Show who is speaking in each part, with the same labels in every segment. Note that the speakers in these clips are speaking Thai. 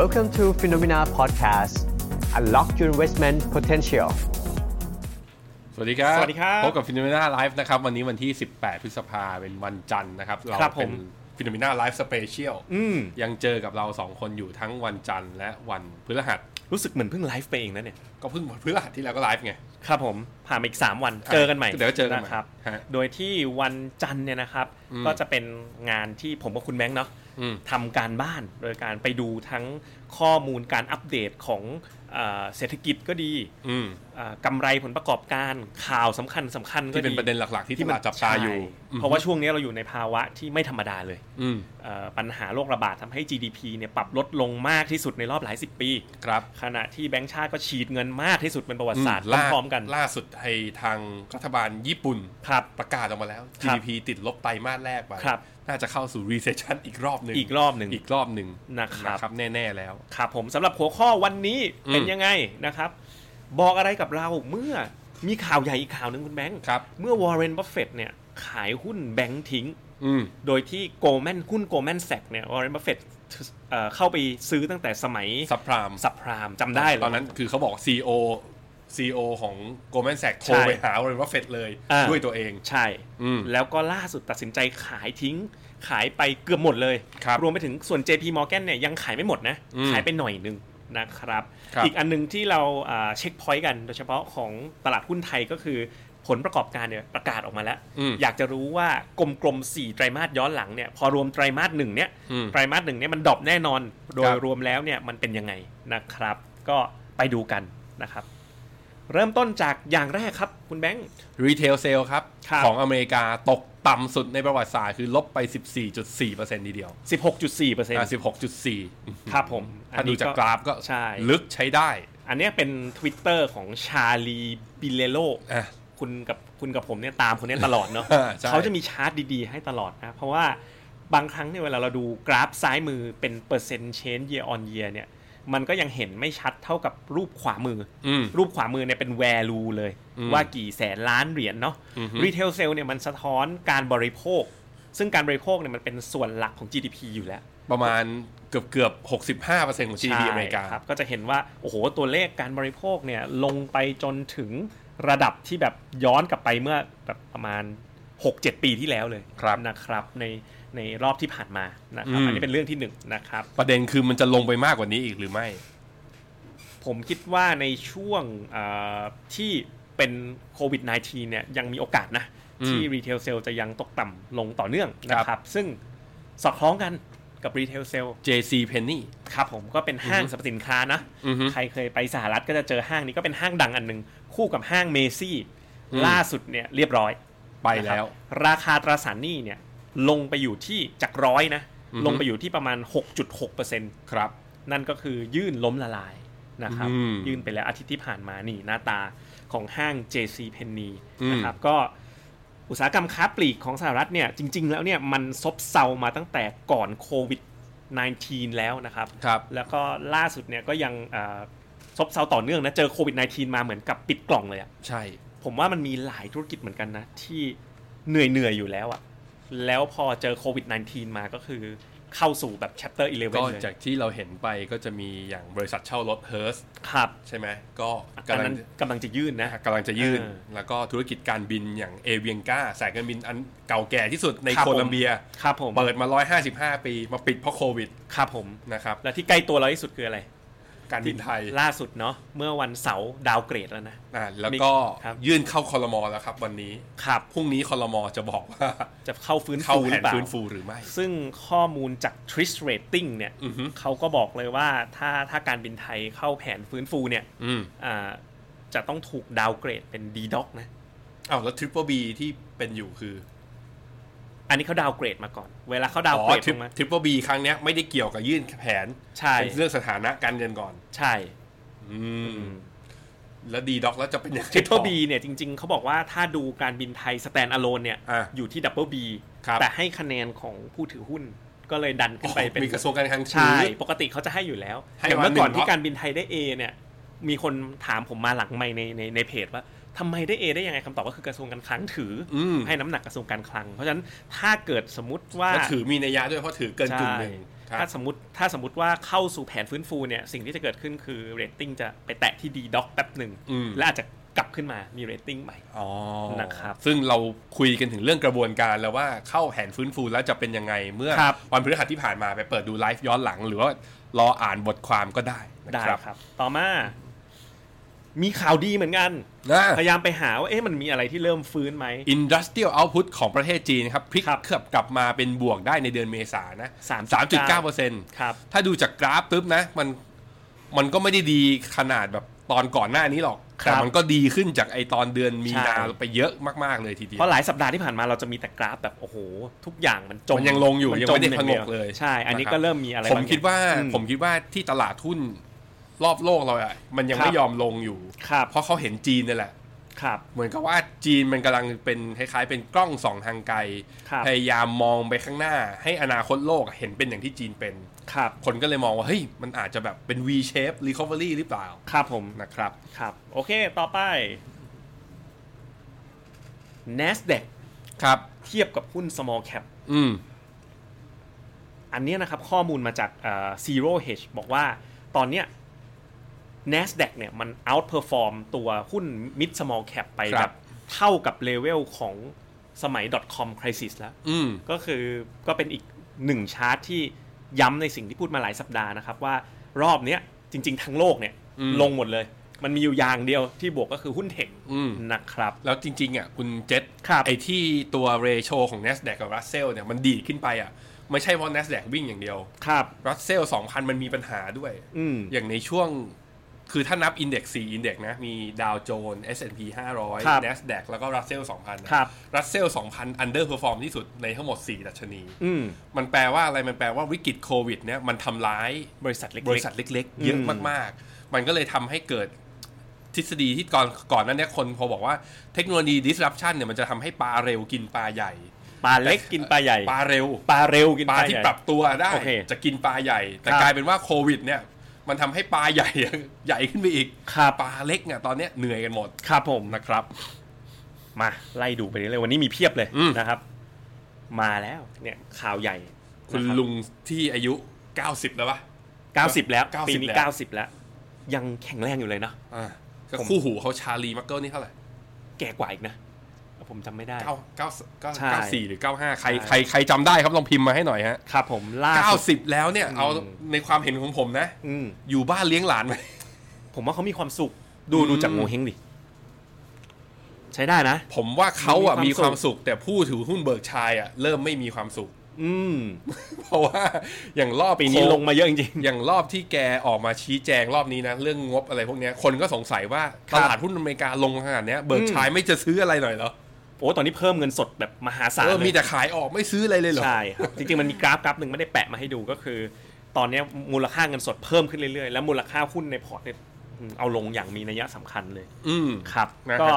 Speaker 1: Welcome to Phenomena Podcast. Unlock your investment potential.
Speaker 2: สวัสดีครับ
Speaker 3: สวัสดีครับ
Speaker 2: พบกับฟิโนเมนาไลฟ์นะครับ วันนี้วันที่ 18 พฤษภาเป็นวันจันทร์นะครับ เรา
Speaker 3: ครับผ
Speaker 2: เป็น
Speaker 3: ม
Speaker 2: ฟิโนเมนาไลฟ์สเปเชียล
Speaker 3: อืม
Speaker 2: ยังเจอกับเรา 2 คนอยู่ทั้งวันจันทร์และวันพฤหัส
Speaker 3: รู้สึกเหมือนเพิ่งไลฟ์ไปเองนะเนี่ย
Speaker 2: ก็เพิ่งวันพฤหัสที่แล้วก็ไลฟ์ไง
Speaker 3: ครับผม ผ่านมาอีก 3 วันเจอกันใหม่
Speaker 2: เดี๋ยวเจอกันใหม่
Speaker 3: ะครับ
Speaker 2: ฮะ
Speaker 3: โดยที่วันจันทร์เนี่ยนะครับ
Speaker 2: อืม
Speaker 3: ก็จะเป็นงานที่ผมกับคุณแบงค์เนาะ
Speaker 2: อืม
Speaker 3: ทำการบ้านโดยการไปดูทั้งข้อมูลการอัปเดตของเอ่อเศรษฐกิจก็ดี
Speaker 2: อืม
Speaker 3: เอ่อกำไรผลประกอบการข่าวสำคัญสำคัญก็
Speaker 2: ที่เป็นประเด็นหลักๆ ที่ตลาดจับตาอยู่
Speaker 3: ใช่เพราะว่าช่วงนี้เราอยู่ในภาวะที่ไม่ธรรมดาเลย
Speaker 2: อืม
Speaker 3: เอ่อปัญหาโรคระบาดทำให้ GDP เนี่ยปรับลดลงมากที่สุดในรอบหลายสิบปี
Speaker 2: ครับ
Speaker 3: ขณะที่แบงก์ชาติก็ฉีดเงินมากที่สุดเป็นประวัติศาสตร์
Speaker 2: อืล่
Speaker 3: พร้อมๆกัน
Speaker 2: ล่าสุดไอ้ทางรัฐบาลญี่ปุ่น
Speaker 3: ครับ
Speaker 2: ประกาศออกมาแล้ว
Speaker 3: ครับ
Speaker 2: GDP ติดลบไตรมาสแรกไป
Speaker 3: ครับ
Speaker 2: น่าจะเข้าสู่ recession อีกรอบหนึ่ง
Speaker 3: อีกรอบหนึ่ง
Speaker 2: อีกรอบหนึ่ง
Speaker 3: นะครับ
Speaker 2: แน่ๆแล้ว
Speaker 3: ครับผมสำหรับหัวข้อวันนี้
Speaker 2: อืม
Speaker 3: เป็นยังไงนะครับ บอกอะไรกับเราเมื่อมีข่าวใหญ่อีกข่าวหนึ่งคุณแบงค์
Speaker 2: ครับ
Speaker 3: เมื่อวอร์เรนบัฟเฟตเนี่ยขายหุ้นแบงค์ทิ้ง
Speaker 2: อืม
Speaker 3: โดยที่โกลแมนหุ้นโกลแมนแซกเนี่ยวอร์เรนบัฟเฟตเข้าไปซื้อตั้งแต่สมัย
Speaker 2: ซับพราม
Speaker 3: สับพรามจำได้เลย
Speaker 2: ตอนนั้นคือเขาบอก CEO CEO ของ Goldman Sachs โทร
Speaker 3: ใช่
Speaker 2: ไปหา Warren Buffett เลย
Speaker 3: อ่า
Speaker 2: ด้วยตัวเอง
Speaker 3: ใช่
Speaker 2: อืม
Speaker 3: แล้วก็ล่าสุดตัดสินใจขายทิ้ง ขายไปเกือบหมดเลย
Speaker 2: ครับ
Speaker 3: วมไปถึงส่วน JP Morgan เนี่ยยังขายไม่หมดนะ
Speaker 2: อืม
Speaker 3: ขายไปหน่อยหนึงนะครับ
Speaker 2: ครับ
Speaker 3: อีกอันหนึงที่เราอ่าเช็คพอยต์กันโดยเฉพาะของตลาดหุ้นไทยก็คือผลประกอบการเนี่ยประกาศออกมาแล้ว
Speaker 2: อืม
Speaker 3: อยากจะรู้ว่ากลมๆ 4 ไตรมาสย้อนหลังเนี่ยพอรวมไตรมาสหนึ่งเนี่ย
Speaker 2: อืม
Speaker 3: ไตรมาสหนึ่งเนี่ยมันดรอปแน่นอน โด
Speaker 2: ค
Speaker 3: ย
Speaker 2: รับ
Speaker 3: รวมแล้วเนี่ยมันเป็นยังไงนะครับ ก็ไปดูกันนะครับ เริ่มต้นจากอย่างแรกครับคุณแบงค์
Speaker 2: Retail Sale ครับ
Speaker 3: ครับ
Speaker 2: ของอเมริกาตกต่ำสุดในประวัติศาสตร์คือลบไป 14.4%ทีเดียว
Speaker 3: 16.4%
Speaker 2: อ่า16.4
Speaker 3: ครับผม
Speaker 2: ถ้าดูจาก
Speaker 3: อันนี้
Speaker 2: กราฟก็
Speaker 3: ใช่
Speaker 2: ลึกใช้ได้
Speaker 3: อันเนี้ยเป็น Twitter ของชาลีบิเลโล
Speaker 2: อ่ะ
Speaker 3: คุณกับคุณกับผมเนี่ยตามคนเนี้ยตลอดเนาะ
Speaker 2: อ่าใช่
Speaker 3: เขาจะมีชาร์ตดีๆ ให้ตลอดนะ เพราะว่าบางครั้งเนี่ยเวลาเราดูกราฟซ้ายมือเป็นเปอร์เซ็นต์เชนเยออนเยเนี่ย มันก็ยังเห็นไม่ชัดเท่ากับรูปขวามือ
Speaker 2: อืม
Speaker 3: รูปขวามือเนี่ยเป็น value เลย
Speaker 2: อืม
Speaker 3: ว่ากี่แสนล้านเหรียญเนาะ
Speaker 2: อือฮึ
Speaker 3: retail sale เนี่ยมันสะท้อนการบริโภค ซึ่งการบริโภคเนี่ยมันเป็นส่วนหลักของ GDP อยู่แล้ว
Speaker 2: ประมาณเกือบเกือบๆ65%ของ GDP
Speaker 3: ใช่
Speaker 2: อเมริกา
Speaker 3: ครับก็จะเห็นว่า โอ้โห ตัวเลขการบริโภคเนี่ยลงไปจนถึงระดับที่แบบย้อนกลับไปเมื่อแบบประมาณ 6-7 ปีที่แล้วเลย
Speaker 2: ครับ
Speaker 3: นะครับในในรอบที่ผ่านมานะครับ
Speaker 2: อืม
Speaker 3: อันนี้เป็นเรื่องที่หนึ่งนะครับ
Speaker 2: ประเด็นคือมันจะลงไปมากกว่านี้อีกหรือไม่
Speaker 3: ผมคิดว่าในช่วงเอ่อที่เป็นโควิด -19 เนี่ยยังมีโอกาสนะ
Speaker 2: อืม
Speaker 3: ที่รีเทลเซลจะยังตกต่ำลงต่อเนื่องนะค
Speaker 2: ครั
Speaker 3: รับ บ ซึ่งสอดคล้องกันกับรีเทลเซล
Speaker 2: JC Penney
Speaker 3: ครับผมก็เป็นห้างสรรพสินค้านะ
Speaker 2: อือฮึ
Speaker 3: ใครเคยไปสหรัฐก็จะเจอห้างนี้ก็เป็นห้างดังอันหนึ่งคู่กับห้างเมซี่
Speaker 2: อืม
Speaker 3: ล่าสุดเนี่ยเรียบร้อย
Speaker 2: ไปแล้ว
Speaker 3: นะครับราคาตราสารหนี้เนี่ยลงไปอยู่ที่จากร้อยนะ
Speaker 2: อือฮึ
Speaker 3: ลงไปอยู่ที่ประมาณ 6.6%
Speaker 2: ครับ
Speaker 3: นั่นก็คือยื่นล้มละลายนะครับ
Speaker 2: อืม
Speaker 3: ยื่นไปแล้วอาทิตย์ที่ผ่านมานี่หน้าตาของห้าง JC p e n n y
Speaker 2: อืม
Speaker 3: นะครับก็อุตสาหกรรมค้าปลีกของสหรัฐเนี่ยจริง ๆ แล้วเนี่ยมันซบเซามาตั้งแต่ก่อนโควิด -19 แล้วนะครับ
Speaker 2: ครับ
Speaker 3: แล้วก็ล่าสุดเนี่ยก็ยังเอ่อซบเซาต่อเนื่องนะ เจอโควิด -19 มาเหมือนกับปิดกล่องเลยอะ
Speaker 2: ใช่
Speaker 3: ผมว่ามันมีหลายธุรกิจเหมือนกันนะ ที่เหนื่อยเหนื่อยๆอยู่แล้วอะแล้วพอเจอโควิด -19 มาก็คือเข้าสู่แบบ chapter 11
Speaker 2: ก็
Speaker 3: เลย
Speaker 2: จากที่เราเห็นไปก็จะมีอย่างบริษัทเช่ารถเฮิร์ส
Speaker 3: ครับ
Speaker 2: ใช่ไหมก็
Speaker 3: อัน
Speaker 2: กำลั
Speaker 3: นั้
Speaker 2: ง
Speaker 3: นกำลังจะยื่นนะ
Speaker 2: กำลังจะยื่น
Speaker 3: เออ
Speaker 2: แล้วก็ธุรกิจการบินอย่างเอเวียงกาสายการบินอันเก่าแก่ที่สุดใน
Speaker 3: ครับ
Speaker 2: โค
Speaker 3: ผม
Speaker 2: ลัมเบีย
Speaker 3: ครับผม
Speaker 2: เปิดมา 155 ปีมาปิดเพราะโควิด
Speaker 3: ครับผม
Speaker 2: นะครับ
Speaker 3: แล้วที่ใกล้ตัวเราที่สุดคืออะไร
Speaker 2: การบินไทย
Speaker 3: ล่าสุดเนาะเมื่อวันเสาร์ดาวเกรดแล้วนะ
Speaker 2: อ่ะแล้วก็
Speaker 3: ครับ
Speaker 2: ยื่นเข้าคอรมอแล้วครับวันนี้
Speaker 3: ครับ
Speaker 2: พรุ่งนี้คอรมอจะบอกว่า
Speaker 3: จะเข้าฟื้น
Speaker 2: เข้า
Speaker 3: ฟู
Speaker 2: แผ
Speaker 3: หรื
Speaker 2: น
Speaker 3: อเปล่า
Speaker 2: ฟื้นฟูหรือไม่
Speaker 3: ซึ่งข้อมูลจาก Trish Rating เนี่ย
Speaker 2: อือฮึ
Speaker 3: เขาก็บอกเลยว่าถ้าถ้าการบินไทยเข้าแผนฟื้นฟูเนี่ย
Speaker 2: อืม
Speaker 3: อ่าจะต้องถูกดาวเกรดเป็น D d o c นะ
Speaker 2: อ้าวแล้วทริปเปอร์บีที่เป็นอยู่คือ
Speaker 3: อันนี้เขาดาวเกรดมาก่อน เวลาเขาดาว
Speaker 2: อ๋อ
Speaker 3: เกรด
Speaker 2: ทริป
Speaker 3: ลงมา
Speaker 2: ทริปเปอร์บีครั้งเนี้ยไม่ได้เกี่ยวกับยื่นแผน
Speaker 3: ใช่
Speaker 2: เป็นเรื่องสถานะการเงินก่อน
Speaker 3: ใช่
Speaker 2: อืม แล้วดีด็อกแล้วจะเป็นยังไง
Speaker 3: ทริปเปอร์
Speaker 2: ต่
Speaker 3: บีเนี่ยจริง ๆ เขาบอกว่าถ้าดูการบินไทย Stand Alone เนี่ย
Speaker 2: อ่ะ
Speaker 3: อยู่ที่ Double B
Speaker 2: ครับ
Speaker 3: แต่ให้คะแนนของผู้ถือหุ้น ก็เลยดันขึ้นไป
Speaker 2: อ๋อ
Speaker 3: เป็น
Speaker 2: มีกระทรวงการคลังถือ
Speaker 3: ใช่ ปกติเขาจะให้อยู่แล้ว
Speaker 2: ให้
Speaker 3: อย่าง
Speaker 2: วัน
Speaker 3: เมื่อก่อ
Speaker 2: ห
Speaker 3: น
Speaker 2: นึ่ง
Speaker 3: ที่
Speaker 2: เนาะ
Speaker 3: การบินไทยได้ A เนี่ย มีคนถามผมมาหลังไม่ในในในเพจว่าทำไมได้ A ได้ยังไงคำตอบก็คือกระทรวงการคลังถืออ
Speaker 2: อืม
Speaker 3: ให้น้ำหนักกระทรวงการคลัง เพราะฉะนั้นถ้าเกิดสมมติว่า
Speaker 2: แล้วถือมีนัยยะด้วยเพราะถือเกินกึ่งหนึ่ง ครับ
Speaker 3: ถ้าสมมติถ้าสมมติว่าเข้าสู่แผนฟื้นฟูเนี่ยสิ่งที่จะเกิดขึ้นคือเรตติ้งจะไปแตะที่ดีด็อกแป๊บหนึ่ง
Speaker 2: อืม
Speaker 3: และอาจจะกลับขึ้นมามีเรตติ้งใหม่
Speaker 2: อ๋อ
Speaker 3: นะครับ
Speaker 2: ซึ่งเราคุยกันถึงเรื่องกระบวนการแล้วว่าเข้าแผนฟื้นฟูแล้วจะเป็นยังไง เมื่อ
Speaker 3: ครับ
Speaker 2: วันพฤหัสที่ผ่านมาไปเปิดดูไลฟ์ย้อนหลัง หรือว่ารออ่านบทความก็ได้นะ
Speaker 3: ได้
Speaker 2: ครับ
Speaker 3: ครับ ต่อมา มีข่าวดีเหมือนกัน
Speaker 2: นะ
Speaker 3: พยายามไปหาว่าเอ๊ะมันมีอะไรที่เริ่มฟื้นไหม
Speaker 2: Industrial Output ของประเทศจีนนะครับพลิก
Speaker 3: ครับ
Speaker 2: เกือบกลับมาเป็นบวกได้ในเดือนเมษายนนะ
Speaker 3: 3.9%
Speaker 2: เปอร์เซ็นต์
Speaker 3: ครับ
Speaker 2: ถ้าดูจากกราฟปุ๊บนะมันมันก็ไม่ได้ดีขนาดแบบตอนก่อนหน้านี้หรอก
Speaker 3: ครั
Speaker 2: แต่
Speaker 3: บ
Speaker 2: มันก็ดีขึ้นจากไอตอนเดือนมีนา
Speaker 3: ใช่
Speaker 2: ไปเยอะมาก ๆ เลยทีเดีย
Speaker 3: เพ
Speaker 2: ว
Speaker 3: ราะหลายสัปดาห์ที่ผ่านมาเราจะมีแต่กราฟแบบโอ้โห ทุกอย่างมันจม
Speaker 2: มันยังลงอยู่
Speaker 3: น
Speaker 2: ยัง
Speaker 3: จ
Speaker 2: ไม่ได้
Speaker 3: อา
Speaker 2: ผงก
Speaker 3: ดีว
Speaker 2: เลย
Speaker 3: ใช่ อันนี้
Speaker 2: นะครับ
Speaker 3: ก็เริ่มมีอะไร
Speaker 2: ผม
Speaker 3: บงอย่ง
Speaker 2: คิดว่า
Speaker 3: อื
Speaker 2: ผมคิดว่าที่ตลาดหุ้นรอบโลกเราอะมันยัง
Speaker 3: ครับ
Speaker 2: ไม่ยอมลงอยู่
Speaker 3: ครับ
Speaker 2: เพราะเขาเห็นจีนนี่แหละ
Speaker 3: ครับ
Speaker 2: เหมือนกับว่าจีนมันกำลังเป็นคล้าย ๆ เป็นกล้องส่องทางไกล
Speaker 3: ครับ
Speaker 2: พยายามมองไปข้างหน้า ให้อนาคตโลกเห็นเป็นอย่างที่จีนเป็น
Speaker 3: ครับ
Speaker 2: คนก็เลยมองว่าเฮ้ยมันอาจจะแบบเป็น V shape recovery หรือเปล่า
Speaker 3: ครับผม
Speaker 2: นะครับ
Speaker 3: ครับ โอเค ต่อไป NASDAQ
Speaker 2: ครับ
Speaker 3: เทียบกับหุ้น small cap
Speaker 2: อืม
Speaker 3: อันเนี้ยนะครับข้อมูลมาจากเอ่อ Zero Hedge บอกว่าตอนเนี้ย NASDAQ เนี่ยมัน outperform ตัวหุ้น mid small cap ไป
Speaker 2: ครับ
Speaker 3: แบบเท่ากับเลเวลของสมัย .com crisis แล้ว
Speaker 2: อืม
Speaker 3: ก็คือก็เป็นอีกหนึ่งชาร์ตที่ย้ำในสิ่งที่พูดมาหลายสัปดาห์นะครับ ว่ารอบเนี้ยจริง ๆ ทั้งโลกเนี่ย
Speaker 2: อืม
Speaker 3: ลงหมดเลย มันมีอยู่อย่างเดียวที่บวกก็คือหุ้นเทค
Speaker 2: อืม
Speaker 3: นะครับ
Speaker 2: แล้วจริงๆอ่ะคุณเจษ
Speaker 3: ครับ
Speaker 2: ไอ้ที่ตัวเรโชของ NASDAQ กับ Russell เนี่ยมันดีดขึ้นไปอ่ะ ไม่ใช่ว่า NASDAQ วิ่งอย่างเดียว
Speaker 3: ครับ
Speaker 2: Russell 2,000 มันมีปัญหาด้วย
Speaker 3: อืม
Speaker 2: อย่างในช่วง คือถ้านับ Index 4 Index นะ มี Dow Jones S&P
Speaker 3: ครับ
Speaker 2: 500 NASDAQ แล้วก็ Russell 2,000นะ
Speaker 3: ครับ
Speaker 2: Russell 2,000 underperform ที่สุดในทั้งหมด 4 ดัชนี
Speaker 3: อืม
Speaker 2: มันแปลว่าอะไรมันแปลว่าวิกฤตโควิดเนี่ยมันทำร้าย
Speaker 3: บริษัทเล็กๆ
Speaker 2: บริษัทเล็กๆ เยอะ
Speaker 3: อืม
Speaker 2: มากๆ มันก็เลยทำให้เกิดทฤษฎีที่ก่อนก่อนหนั้นเนี่ยคนพอบอกว่าเทคโนโลยี disruption เนี่ยมันจะทำให้ปลาเร็วกินปลาใหญ่
Speaker 3: ปลาเล็กกินปลาใหญ่
Speaker 2: ปลาเร็ว
Speaker 3: ปลาเร็วกิน
Speaker 2: ป
Speaker 3: ป
Speaker 2: ลา
Speaker 3: ลา
Speaker 2: ที่
Speaker 3: ใหญ่
Speaker 2: ปรับตัวได้
Speaker 3: โอเค
Speaker 2: จะกินปลาใหญ่ แต่
Speaker 3: ครับ
Speaker 2: กลายเป็นว่าโควิดเนี่ยมันทำให้ปลาใหญ่ ใหญ่ขึ้นไปอีก
Speaker 3: ครับ
Speaker 2: ปลาเล็กเนี่ยตอนเนี้ยเหนื่อยกันหมด
Speaker 3: ครับผม
Speaker 2: นะครับ
Speaker 3: มาไล่ดูไปเรื่อยๆวันนี้มีเพียบเลย
Speaker 2: อืม
Speaker 3: นะครับ มาแล้วเนี่ยข่าวใหญ่
Speaker 2: คุณลุงที่อายุ 90 แล้วปะ
Speaker 3: นะครับ90 แล้ว
Speaker 2: 90
Speaker 3: ปีนี้
Speaker 2: แล้ว
Speaker 3: 90 แล้ว ยังแข็งแรงอยู่เลยนะ
Speaker 2: อ่าก็
Speaker 3: ผม
Speaker 2: คู่หูเขาชาลีมักเกิลนี่เท่าไหร่
Speaker 3: แก่กว่าอีกนะแต่ผมจำไม่ได้
Speaker 2: เก้าเก้าเก้า
Speaker 3: ใช่
Speaker 2: เก้าสี่หรือเก้าห้าใคร
Speaker 3: ใช่
Speaker 2: ใครใครจำได้ครับลองพิมพ์มาให้หน่อยฮะ
Speaker 3: ครับผมล่าสุด
Speaker 2: 90 แล้วเนี่ย เอาในความเห็นของผมนะ
Speaker 3: อืม
Speaker 2: อยู่บ้านเลี้ยงหลานไหม
Speaker 3: ผมว่าเขามีความสุข ดู
Speaker 2: อืม
Speaker 3: ดูจากโงเฮงดิ ใช้ได้นะ
Speaker 2: ผมว่าเขาอ่ะ
Speaker 3: มี
Speaker 2: มี
Speaker 3: ค
Speaker 2: คาว
Speaker 3: วาม มสุ
Speaker 2: สุข
Speaker 3: ข
Speaker 2: แต่ผู้ถือหุ้นเบิร์กชัยอ่ะเริ่มไม่มีความสุข
Speaker 3: อืม
Speaker 2: เพราะว่าอย่างรอบ
Speaker 3: ปีนี้
Speaker 2: โค
Speaker 3: ลงมาเยอะจริง
Speaker 2: อย่างรอบที่แกออกมาชี้แจงรอบนี้นะ เรื่องงบอะไรพวกเนี้ยคนก็สงสัยว่า
Speaker 3: ค
Speaker 2: ต
Speaker 3: รับ
Speaker 2: ลาดหุ้นอเมริกาลงขนาดเนี้ยเบิร์กชัยไม่จะซื้ออะไรหน่อยเหรอ
Speaker 3: ๆ โอ้ตอนนี้เพิ่มเงินสดแบบมหาศาล
Speaker 2: เออ
Speaker 3: เล
Speaker 2: มี
Speaker 3: ย
Speaker 2: แต่ขายออกไม่ซื้ออะไรเลยเหรอ
Speaker 3: ใช่ครับ จริงๆ มันมีกราฟกราฟหนึ่งไม่ได้แปะมาให้ดูก็คือ ตอนเนี้ยมูลค่าเงินสดเพิ่มขึ้นเรื่อยๆ แล้วมูลค่าหุ้นในพอร์ตเนี่ยอืมเอาลงอย่างมีนัยสำคัญเลย
Speaker 2: อืม
Speaker 3: ครับ
Speaker 2: นะครับ
Speaker 3: ก็